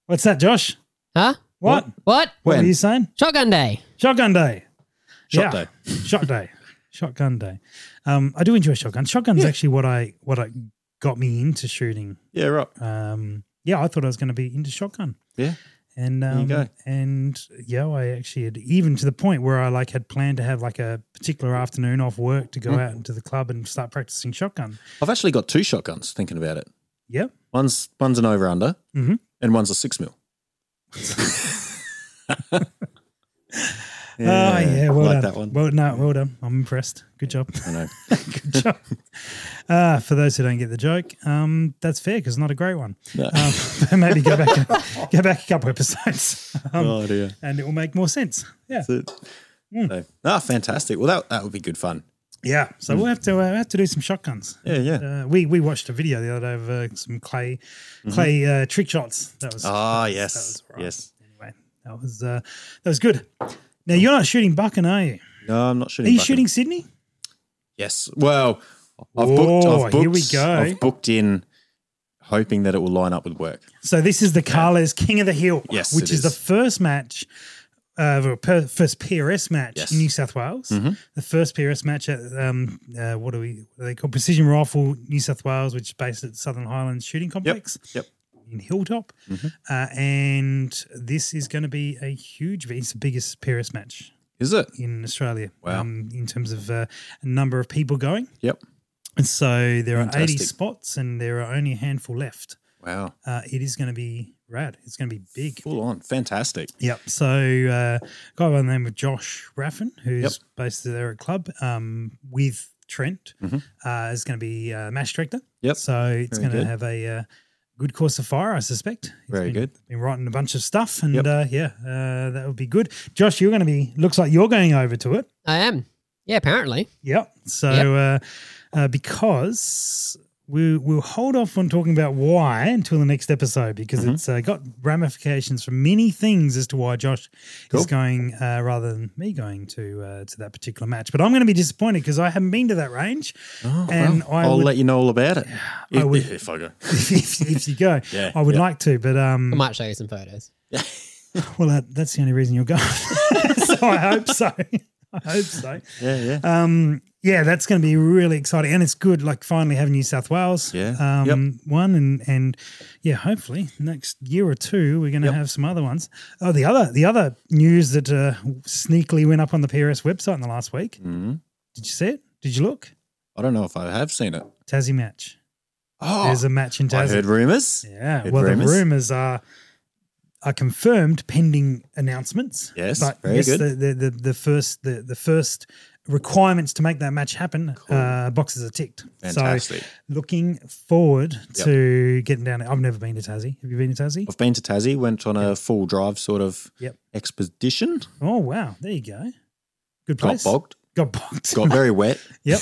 Speaker 1: What's that, Josh?
Speaker 2: Huh?
Speaker 1: What?
Speaker 2: What?
Speaker 1: What are
Speaker 4: When?
Speaker 1: you saying?
Speaker 2: Shotgun day.
Speaker 1: Shotgun day.
Speaker 4: Shot
Speaker 1: Yeah.
Speaker 4: day.
Speaker 1: Shot day. Shotgun day. Um, I do enjoy shotgun. Shotgun's actually what I what I got me into shooting.
Speaker 4: Yeah, right.
Speaker 1: Um, yeah, I thought I was going to be into shotgun.
Speaker 4: Yeah.
Speaker 1: And
Speaker 4: you
Speaker 1: um,
Speaker 4: go.
Speaker 1: and yeah, I actually had even to the point where I like had planned to have like a particular afternoon off work to
Speaker 4: Hmm.
Speaker 1: go out into the club and start practicing shotgun.
Speaker 4: I've actually got two shotguns thinking about it.
Speaker 1: Yeah.
Speaker 4: One's one's an over under
Speaker 1: Mhm.
Speaker 4: and one's a six
Speaker 1: *laughs*
Speaker 4: mil. *laughs*
Speaker 1: Oh yeah, well done.
Speaker 4: I like that one.
Speaker 1: Well, no, well done. I'm impressed. Good job. *laughs*
Speaker 4: I know. *laughs*
Speaker 1: Good job. Uh, for those who don't get the joke, um, that's fair because not a great one.
Speaker 4: No.
Speaker 1: Um, *laughs* but maybe go back, *laughs* go back a couple episodes, *laughs* um,
Speaker 4: oh dear.
Speaker 1: and it will make more sense. Yeah,
Speaker 4: That's it.
Speaker 1: Hmm.
Speaker 4: So, ah, fantastic. Well, that that would be good fun.
Speaker 1: yeah.
Speaker 4: Hmm.
Speaker 1: So we'll have to uh, we'll have to do some shotguns.
Speaker 4: Yeah, yeah.
Speaker 1: Uh, we we watched a video the other day of uh, some clay clay uh, trick shots. That was
Speaker 4: Mm-hmm. Ah,
Speaker 1: that
Speaker 4: yes,
Speaker 1: was right.
Speaker 4: yes.
Speaker 1: anyway. That was uh, that was good. Now you're not shooting Bucken, are you?
Speaker 4: No, I'm not shooting.
Speaker 1: Are you
Speaker 4: Buchan.
Speaker 1: shooting Sydney?
Speaker 4: Yes. Well, I've booked.
Speaker 1: Whoa,
Speaker 4: I've booked.
Speaker 1: here we go.
Speaker 4: I've booked in, hoping that it will line up with work.
Speaker 1: So this is the Carles King of the Hill,
Speaker 4: Yes,
Speaker 1: which
Speaker 4: it
Speaker 1: is. the
Speaker 4: is.
Speaker 1: first match, uh, the per, first PRS match
Speaker 4: Yes.
Speaker 1: in New South Wales.
Speaker 4: Mhm.
Speaker 1: The first PRS match at um, uh, what do we what are they call Precision Rifle New South Wales, which is based at Southern Highlands Shooting Complex.
Speaker 4: yep. Mm-hmm.
Speaker 1: In Hilltop, uh, and this is going to be a huge. It's the biggest PRS match
Speaker 4: Is it?
Speaker 1: in Australia
Speaker 4: Wow.
Speaker 1: um, in terms of uh, number of people going.
Speaker 4: Yep.
Speaker 1: And so there are 80
Speaker 4: Fantastic.
Speaker 1: spots, and there are only a handful left.
Speaker 4: Wow.
Speaker 1: Uh, it is going to be rad. It's going to be big.
Speaker 4: Full on. Fantastic.
Speaker 1: Yep. So, uh, guy by the name of Josh Raffin, who's
Speaker 4: Yep.
Speaker 1: based there at club, um, with Trent,
Speaker 4: Mhm.
Speaker 1: uh, is going to be uh, match director.
Speaker 4: Yep.
Speaker 1: So it's
Speaker 4: Very
Speaker 1: going to
Speaker 4: good.
Speaker 1: have a uh, good course of fire, I suspect. He's
Speaker 4: Very
Speaker 1: been,
Speaker 4: good.
Speaker 1: Been writing a bunch of stuff, and
Speaker 4: Yep.
Speaker 1: uh, yeah, uh, that would be good. Josh, you're going to be. Looks like you're going over to it.
Speaker 2: I am. Yeah, apparently.
Speaker 1: Yep. So Uh, uh, because we we'll hold off on talking about why until the next episode because
Speaker 4: Mhm.
Speaker 1: it's uh, got ramifications for many things as to why Josh
Speaker 4: Cool.
Speaker 1: is going uh, rather than me going to uh, to that particular match. But I'm going to be disappointed because I haven't been to that range.
Speaker 4: Oh,
Speaker 1: And I
Speaker 4: will
Speaker 1: would-
Speaker 4: let you know all about it. If,
Speaker 1: would-
Speaker 4: if I go.
Speaker 1: *laughs* if, if you go,
Speaker 4: *laughs* Yeah,
Speaker 1: I would
Speaker 4: yeah.
Speaker 1: like to, but um,
Speaker 2: I might show you some photos.
Speaker 1: well, that, that's the only reason you're going. *laughs* so I hope so. *laughs* I hope so.
Speaker 4: Yeah, yeah.
Speaker 1: Um, yeah, that's going to be really exciting, and it's good. Like finally having New South Wales,
Speaker 4: Yeah.
Speaker 1: um, one, and and yeah, hopefully next year or two we're going to
Speaker 4: Yep.
Speaker 1: have some other ones. Oh, the other the other news that uh, sneakily went up on the PRS website in the last week.
Speaker 4: Mhm.
Speaker 1: Did you see it? Did you look?
Speaker 4: I don't know if I have seen it.
Speaker 1: Tassie match.
Speaker 4: Oh,
Speaker 1: There's a match in
Speaker 4: I
Speaker 1: Tassie.
Speaker 4: heard rumors.
Speaker 1: yeah.
Speaker 4: heard
Speaker 1: well,
Speaker 4: rumours.
Speaker 1: the rumors are are confirmed pending announcements.
Speaker 4: Yes,
Speaker 1: but
Speaker 4: very
Speaker 1: yes,
Speaker 4: good.
Speaker 1: The, the, the the first the the first requirements to make that match happen uh, boxes are ticked. So
Speaker 4: Fantastic.
Speaker 1: looking forward
Speaker 4: Yep.
Speaker 1: to getting down there. I've never been to Tassie. Have you been to Tassie?
Speaker 4: I've been to Tassie, went on a full drive sort of
Speaker 1: Yep.
Speaker 4: expedition,
Speaker 1: Oh wow, there you go. Good
Speaker 4: got
Speaker 1: place.
Speaker 4: bogged,
Speaker 1: Got bogged.
Speaker 4: got very wet,
Speaker 1: *laughs* yep.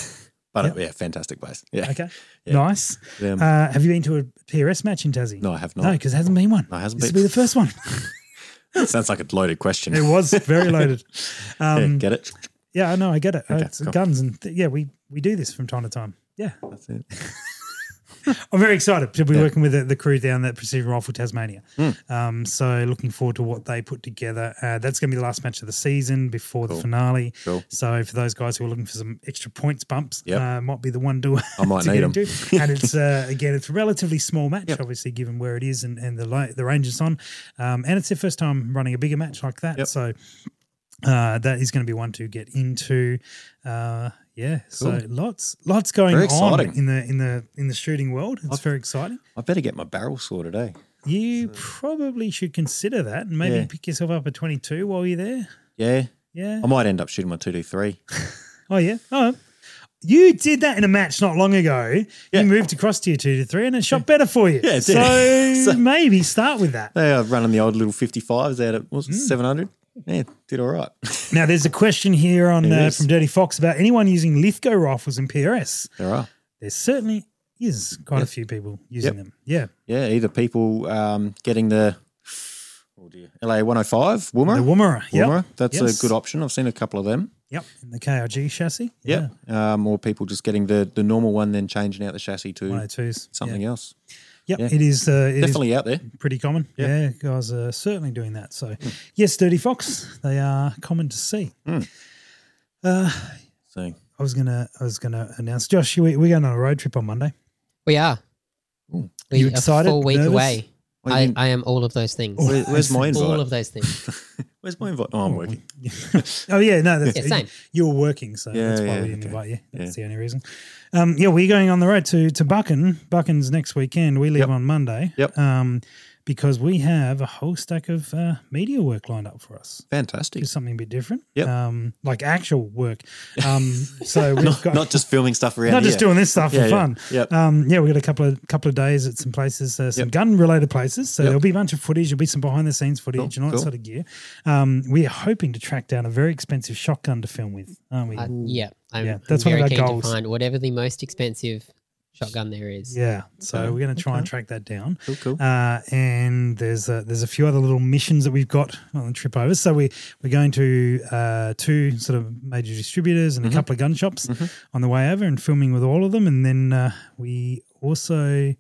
Speaker 4: but yeah, fantastic place. Yeah.
Speaker 1: Okay.
Speaker 4: *laughs* Yeah.
Speaker 1: Nice.
Speaker 4: Um,
Speaker 1: Uh, have you been to a PRS match in Tassie?
Speaker 4: no, I have
Speaker 1: No,
Speaker 4: not.
Speaker 1: because there hasn't been one.
Speaker 4: No, it hasn't
Speaker 1: this
Speaker 4: been.
Speaker 1: will be the first
Speaker 4: *laughs*
Speaker 1: one.
Speaker 4: Sounds like a loaded question.
Speaker 1: It was very loaded.
Speaker 4: *laughs* Yeah,
Speaker 1: Um,
Speaker 4: get it?
Speaker 1: yeah, I know. I get it. Uh,
Speaker 4: Okay,
Speaker 1: it's
Speaker 4: cool.
Speaker 1: Guns and th- yeah, we we do this from time to time. Yeah,
Speaker 4: That's it.
Speaker 1: I'm very excited to be
Speaker 4: Yeah.
Speaker 1: working with the, the crew down at Precision Rifle Tasmania.
Speaker 4: Hmm.
Speaker 1: Um, so looking forward to what they put together. Uh, that's going to be the last match of the season before the
Speaker 4: Cool.
Speaker 1: finale.
Speaker 4: Cool.
Speaker 1: So for those guys who are looking for some extra points bumps,
Speaker 4: Yep.
Speaker 1: uh, might be the one to,
Speaker 4: I might
Speaker 1: to get
Speaker 4: need them.
Speaker 1: into.
Speaker 4: *laughs*
Speaker 1: And it's uh, again, it's a relatively small match,
Speaker 4: Yep.
Speaker 1: obviously given where it is and, and the li- the range it's on. Um, and it's their first time running a bigger match like that,
Speaker 4: Yep.
Speaker 1: so uh, that is going to be one to get into. Uh, yeah, so lots lots going
Speaker 4: Very
Speaker 1: on
Speaker 4: exciting.
Speaker 1: in the in the in the shooting world. It's very exciting.
Speaker 4: I better get my barrel sorted, eh?
Speaker 1: You probably should consider that and maybe
Speaker 4: Yeah.
Speaker 1: pick yourself up a 22 while you're there.
Speaker 4: Yeah.
Speaker 1: Yeah.
Speaker 4: I might end up shooting my 2D3.
Speaker 1: Oh yeah. Oh, you did that in a match not long ago.
Speaker 4: Yeah.
Speaker 1: You moved across to your two to three, and it shot better for you.
Speaker 4: Yeah, it
Speaker 1: so,
Speaker 4: did. *laughs* So-
Speaker 1: maybe start with that.
Speaker 4: They are running the old little 55s out at, what was
Speaker 1: Hmm.
Speaker 4: it, 700? Yeah, did all right. *laughs*
Speaker 1: Now, there's a question here on
Speaker 4: It
Speaker 1: uh,
Speaker 4: is.
Speaker 1: from Dirty Fox about anyone using Lithgo rifles in PRS.
Speaker 4: there are.
Speaker 1: There certainly is quite a
Speaker 4: Yep.
Speaker 1: few people using
Speaker 4: Yep.
Speaker 1: them. Yeah.
Speaker 4: Yeah, either people um, getting the Oh dear. LA 105, Woomera.
Speaker 1: The Woomera. Yep.
Speaker 4: Woomera. That's
Speaker 1: Yes.
Speaker 4: a good option. I've seen a couple of them.
Speaker 1: Yep. In the KRG chassis.
Speaker 4: Yep. Um, or people just getting the, the normal one, then changing out the chassis to
Speaker 1: Yeah. 102s.
Speaker 4: something else.
Speaker 1: Yep.
Speaker 4: yeah.
Speaker 1: It is. Uh, it is
Speaker 4: Definitely out there.
Speaker 1: pretty common. Yeah, guys are certainly doing that. So,
Speaker 4: Hmm.
Speaker 1: yes, dirty fox, they are common to see. Uh,
Speaker 4: So,
Speaker 1: I was gonna, I was gonna announce, Josh, we, we're going on a road trip on Monday.
Speaker 2: We are.
Speaker 4: Ooh.
Speaker 2: We
Speaker 1: You
Speaker 2: are
Speaker 1: excited?
Speaker 2: Four weeks
Speaker 1: Nervous?
Speaker 2: away.
Speaker 4: What do you
Speaker 2: I,
Speaker 4: mean?
Speaker 2: I am all of those things.
Speaker 1: Oh,
Speaker 4: Where- where's my invite?
Speaker 2: all of those things.
Speaker 4: Where's my invite? Oh, I'm working.
Speaker 1: *laughs* oh yeah, no, that's
Speaker 2: Yeah, same.
Speaker 1: You were working, so
Speaker 4: Yeah,
Speaker 1: that's why
Speaker 4: yeah,
Speaker 1: we didn't
Speaker 4: okay.
Speaker 1: invite you. That's the only reason. Um, yeah, we're going on the road to to Bucken. Bucken's next weekend. We leave
Speaker 4: Yep.
Speaker 1: on Monday.
Speaker 4: Yep.
Speaker 1: Um, because we have a whole stack of uh, media work lined up for us.
Speaker 4: Fantastic.
Speaker 1: Do something a bit different.
Speaker 4: Yep.
Speaker 1: Um, like actual work. Um,
Speaker 4: *laughs*
Speaker 1: so we've
Speaker 4: *laughs* Not,
Speaker 1: got
Speaker 4: not just filming stuff around
Speaker 1: not just
Speaker 4: here.
Speaker 1: doing this stuff
Speaker 4: Yeah,
Speaker 1: for
Speaker 4: yeah.
Speaker 1: fun. *laughs*
Speaker 4: Yep.
Speaker 1: Um, yeah, we got a couple of couple of days at some places, uh, some
Speaker 4: Yep.
Speaker 1: gun related places. So
Speaker 4: Yep.
Speaker 1: there'll be a bunch of footage. There'll be some behind the scenes footage and all that
Speaker 4: cool.
Speaker 1: sort of gear. Um, we are hoping to track down a very expensive shotgun to film with, aren't we?
Speaker 2: I, yeah, I'm,
Speaker 1: Yeah,
Speaker 2: I'm
Speaker 1: that's one of
Speaker 2: very
Speaker 1: our
Speaker 2: keen
Speaker 1: goals.
Speaker 2: to find whatever the most expensive shotgun there is.
Speaker 1: yeah. So
Speaker 4: Okay.
Speaker 1: we're going to try and
Speaker 4: Okay.
Speaker 1: track that down.
Speaker 4: Cool, cool.
Speaker 1: Uh, and there's a, there's a few other little missions that we've got on the trip over. So we we're going to uh, two sort of major distributors
Speaker 4: Mm-hmm.
Speaker 1: and a couple of gun shops on the way over and filming with all of them. And then uh, we also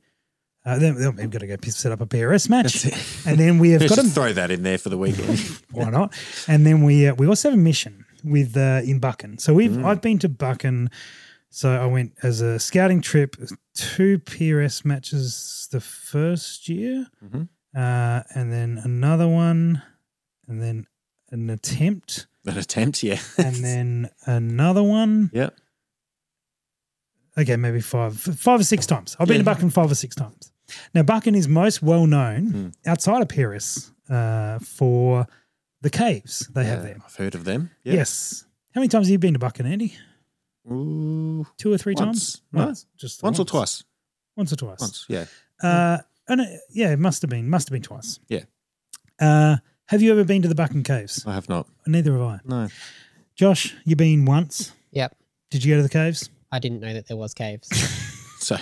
Speaker 1: uh, then, then we've got to go p- set up a PRS match, and then we have
Speaker 4: *laughs* Let's
Speaker 1: got
Speaker 4: just
Speaker 1: a
Speaker 4: throw that in there for the weekend. *laughs*
Speaker 1: why not? And then we uh, we also have a mission with uh, in Bucken. So
Speaker 4: Mm.
Speaker 1: we've I've been to Bucken. So I went as a scouting trip, two PRS matches the first year,
Speaker 4: Mhm.
Speaker 1: uh, and then another one, and then an attempt,
Speaker 4: that attempt, yeah. *laughs*
Speaker 1: and then another one.
Speaker 4: Yep.
Speaker 1: Okay, maybe five, five or six times. I've been
Speaker 4: Yeah.
Speaker 1: to Bucken five or six times. Now Bucken is most well known
Speaker 4: Hmm.
Speaker 1: outside of Paris uh, for the caves they have
Speaker 4: Yeah,
Speaker 1: there.
Speaker 4: I've heard of them. Yeah.
Speaker 1: Yes. How many times have you been to Bucken, Andy?
Speaker 4: Ooh,
Speaker 1: Two or three times?
Speaker 4: Once. No.
Speaker 1: Just
Speaker 4: once or twice.
Speaker 1: Once or twice.
Speaker 4: Once, yeah.
Speaker 1: Uh, and it, yeah, it must have been. Must have been twice.
Speaker 4: Yeah.
Speaker 1: Uh, have you ever been to the Bucken Caves?
Speaker 4: I have not.
Speaker 1: Neither have I.
Speaker 4: No. *laughs*
Speaker 1: Josh, you been once?
Speaker 2: Yep.
Speaker 1: Did you go to the
Speaker 4: *laughs*
Speaker 1: caves?
Speaker 2: I didn't know that there was caves.
Speaker 4: So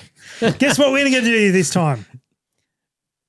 Speaker 1: Guess what we're going to do this time?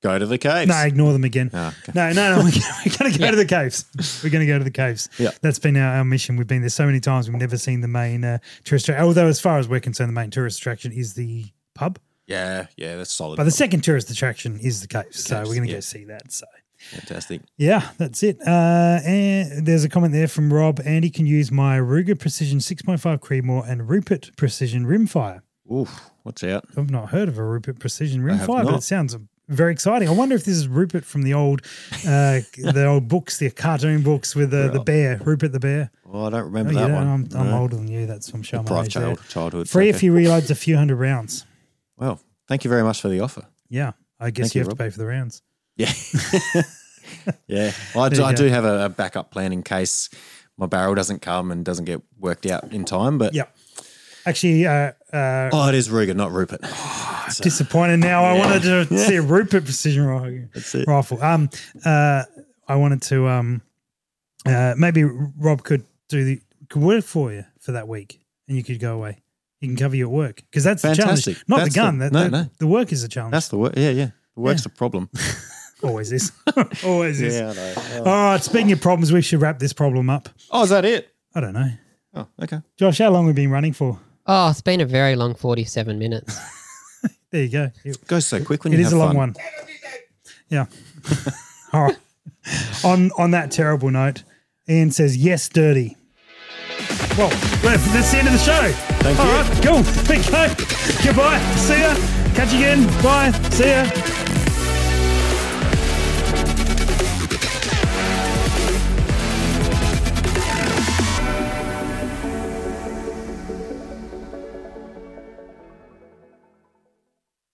Speaker 4: go to the caves.
Speaker 1: No, ignore them again.
Speaker 4: Ah, okay.
Speaker 1: No, no, no. We're gonna, we're gonna go to the caves. We're gonna go to the caves.
Speaker 4: Yeah.
Speaker 1: that's been our, our mission. We've been there so many times. We've never seen the main uh, tourist. attraction. Although, as far as we're concerned, the main tourist attraction is the pub,
Speaker 4: Yeah, yeah, that's solid.
Speaker 1: but the second tourist attraction is the caves. So
Speaker 4: caves,
Speaker 1: we're gonna go
Speaker 4: yeah.
Speaker 1: see that. So
Speaker 4: Fantastic.
Speaker 1: yeah, that's it. Uh, and there's a comment there from Rob. Andy can use my Ruger Precision 6.5 Creedmoor and Rupert Precision Rimfire.
Speaker 4: Ooh, what's out?
Speaker 1: I've not heard of a Rupert Precision
Speaker 4: I have
Speaker 1: Rimfire, but
Speaker 4: not.
Speaker 1: it sounds very exciting. I wonder if this is Rupert from the old, uh, the old books, the cartoon books with uh, the, the
Speaker 4: Right.
Speaker 1: bear, Rupert the bear.
Speaker 4: Oh, I don't
Speaker 1: Oh,
Speaker 4: remember
Speaker 1: you
Speaker 4: that
Speaker 1: don't?
Speaker 4: one.
Speaker 1: I'm, I'm
Speaker 4: No.
Speaker 1: older than you. That's from showing my
Speaker 4: Deprived
Speaker 1: age there.
Speaker 4: child, childhood.
Speaker 1: Free
Speaker 4: okay.
Speaker 1: if you reloads a few hundred rounds.
Speaker 4: Well, thank you very much for the offer.
Speaker 1: Yeah, I guess
Speaker 4: Thank
Speaker 1: you
Speaker 4: you,
Speaker 1: have to pay for the rounds.
Speaker 4: Yeah. *laughs* yeah. Well, I, do,
Speaker 1: you
Speaker 4: I
Speaker 1: go.
Speaker 4: do have a, a backup plan in case my barrel doesn't come and doesn't get worked out in time. But
Speaker 1: Yeah. Actually, uh, uh,
Speaker 4: oh, it is Ruger, not Rupert.
Speaker 1: Oh,
Speaker 4: *laughs* uh,
Speaker 1: disappointed now. I wanted to see a Rupert precision rifle.
Speaker 4: That's it.
Speaker 1: rifle. Um, uh, I wanted to. Um, uh, maybe Rob could do the could work for you for that week, and you could go away. You can cover you at work because that's the challenge,
Speaker 4: Fantastic.
Speaker 1: not
Speaker 4: That's
Speaker 1: the
Speaker 4: the-
Speaker 1: gun. that,
Speaker 4: no,
Speaker 1: that-
Speaker 4: no.
Speaker 1: the work is the challenge.
Speaker 4: That's the work. Yeah, yeah. The work's the problem.
Speaker 1: *laughs* always
Speaker 4: *laughs*
Speaker 1: is, always is. Oh.
Speaker 4: I know.
Speaker 1: All right. Speaking of problems, we should wrap this problem up.
Speaker 4: Oh, is that it?
Speaker 1: I don't know,
Speaker 4: Oh, okay.
Speaker 1: Josh. How long have we been running for?
Speaker 2: oh, it's been a very long 47 minutes.
Speaker 1: There you go. It-
Speaker 4: Goes so quick when
Speaker 1: it
Speaker 4: you
Speaker 1: is a
Speaker 4: have
Speaker 1: long
Speaker 4: fun.
Speaker 1: one. Yeah. *laughs* All right. on on that terrible note, Ian says yes, dirty. Well, well, that's the end of the show.
Speaker 4: Thank you.
Speaker 1: All right, cool. Thank you. Goodbye. See ya. Catch you again. Bye. See ya.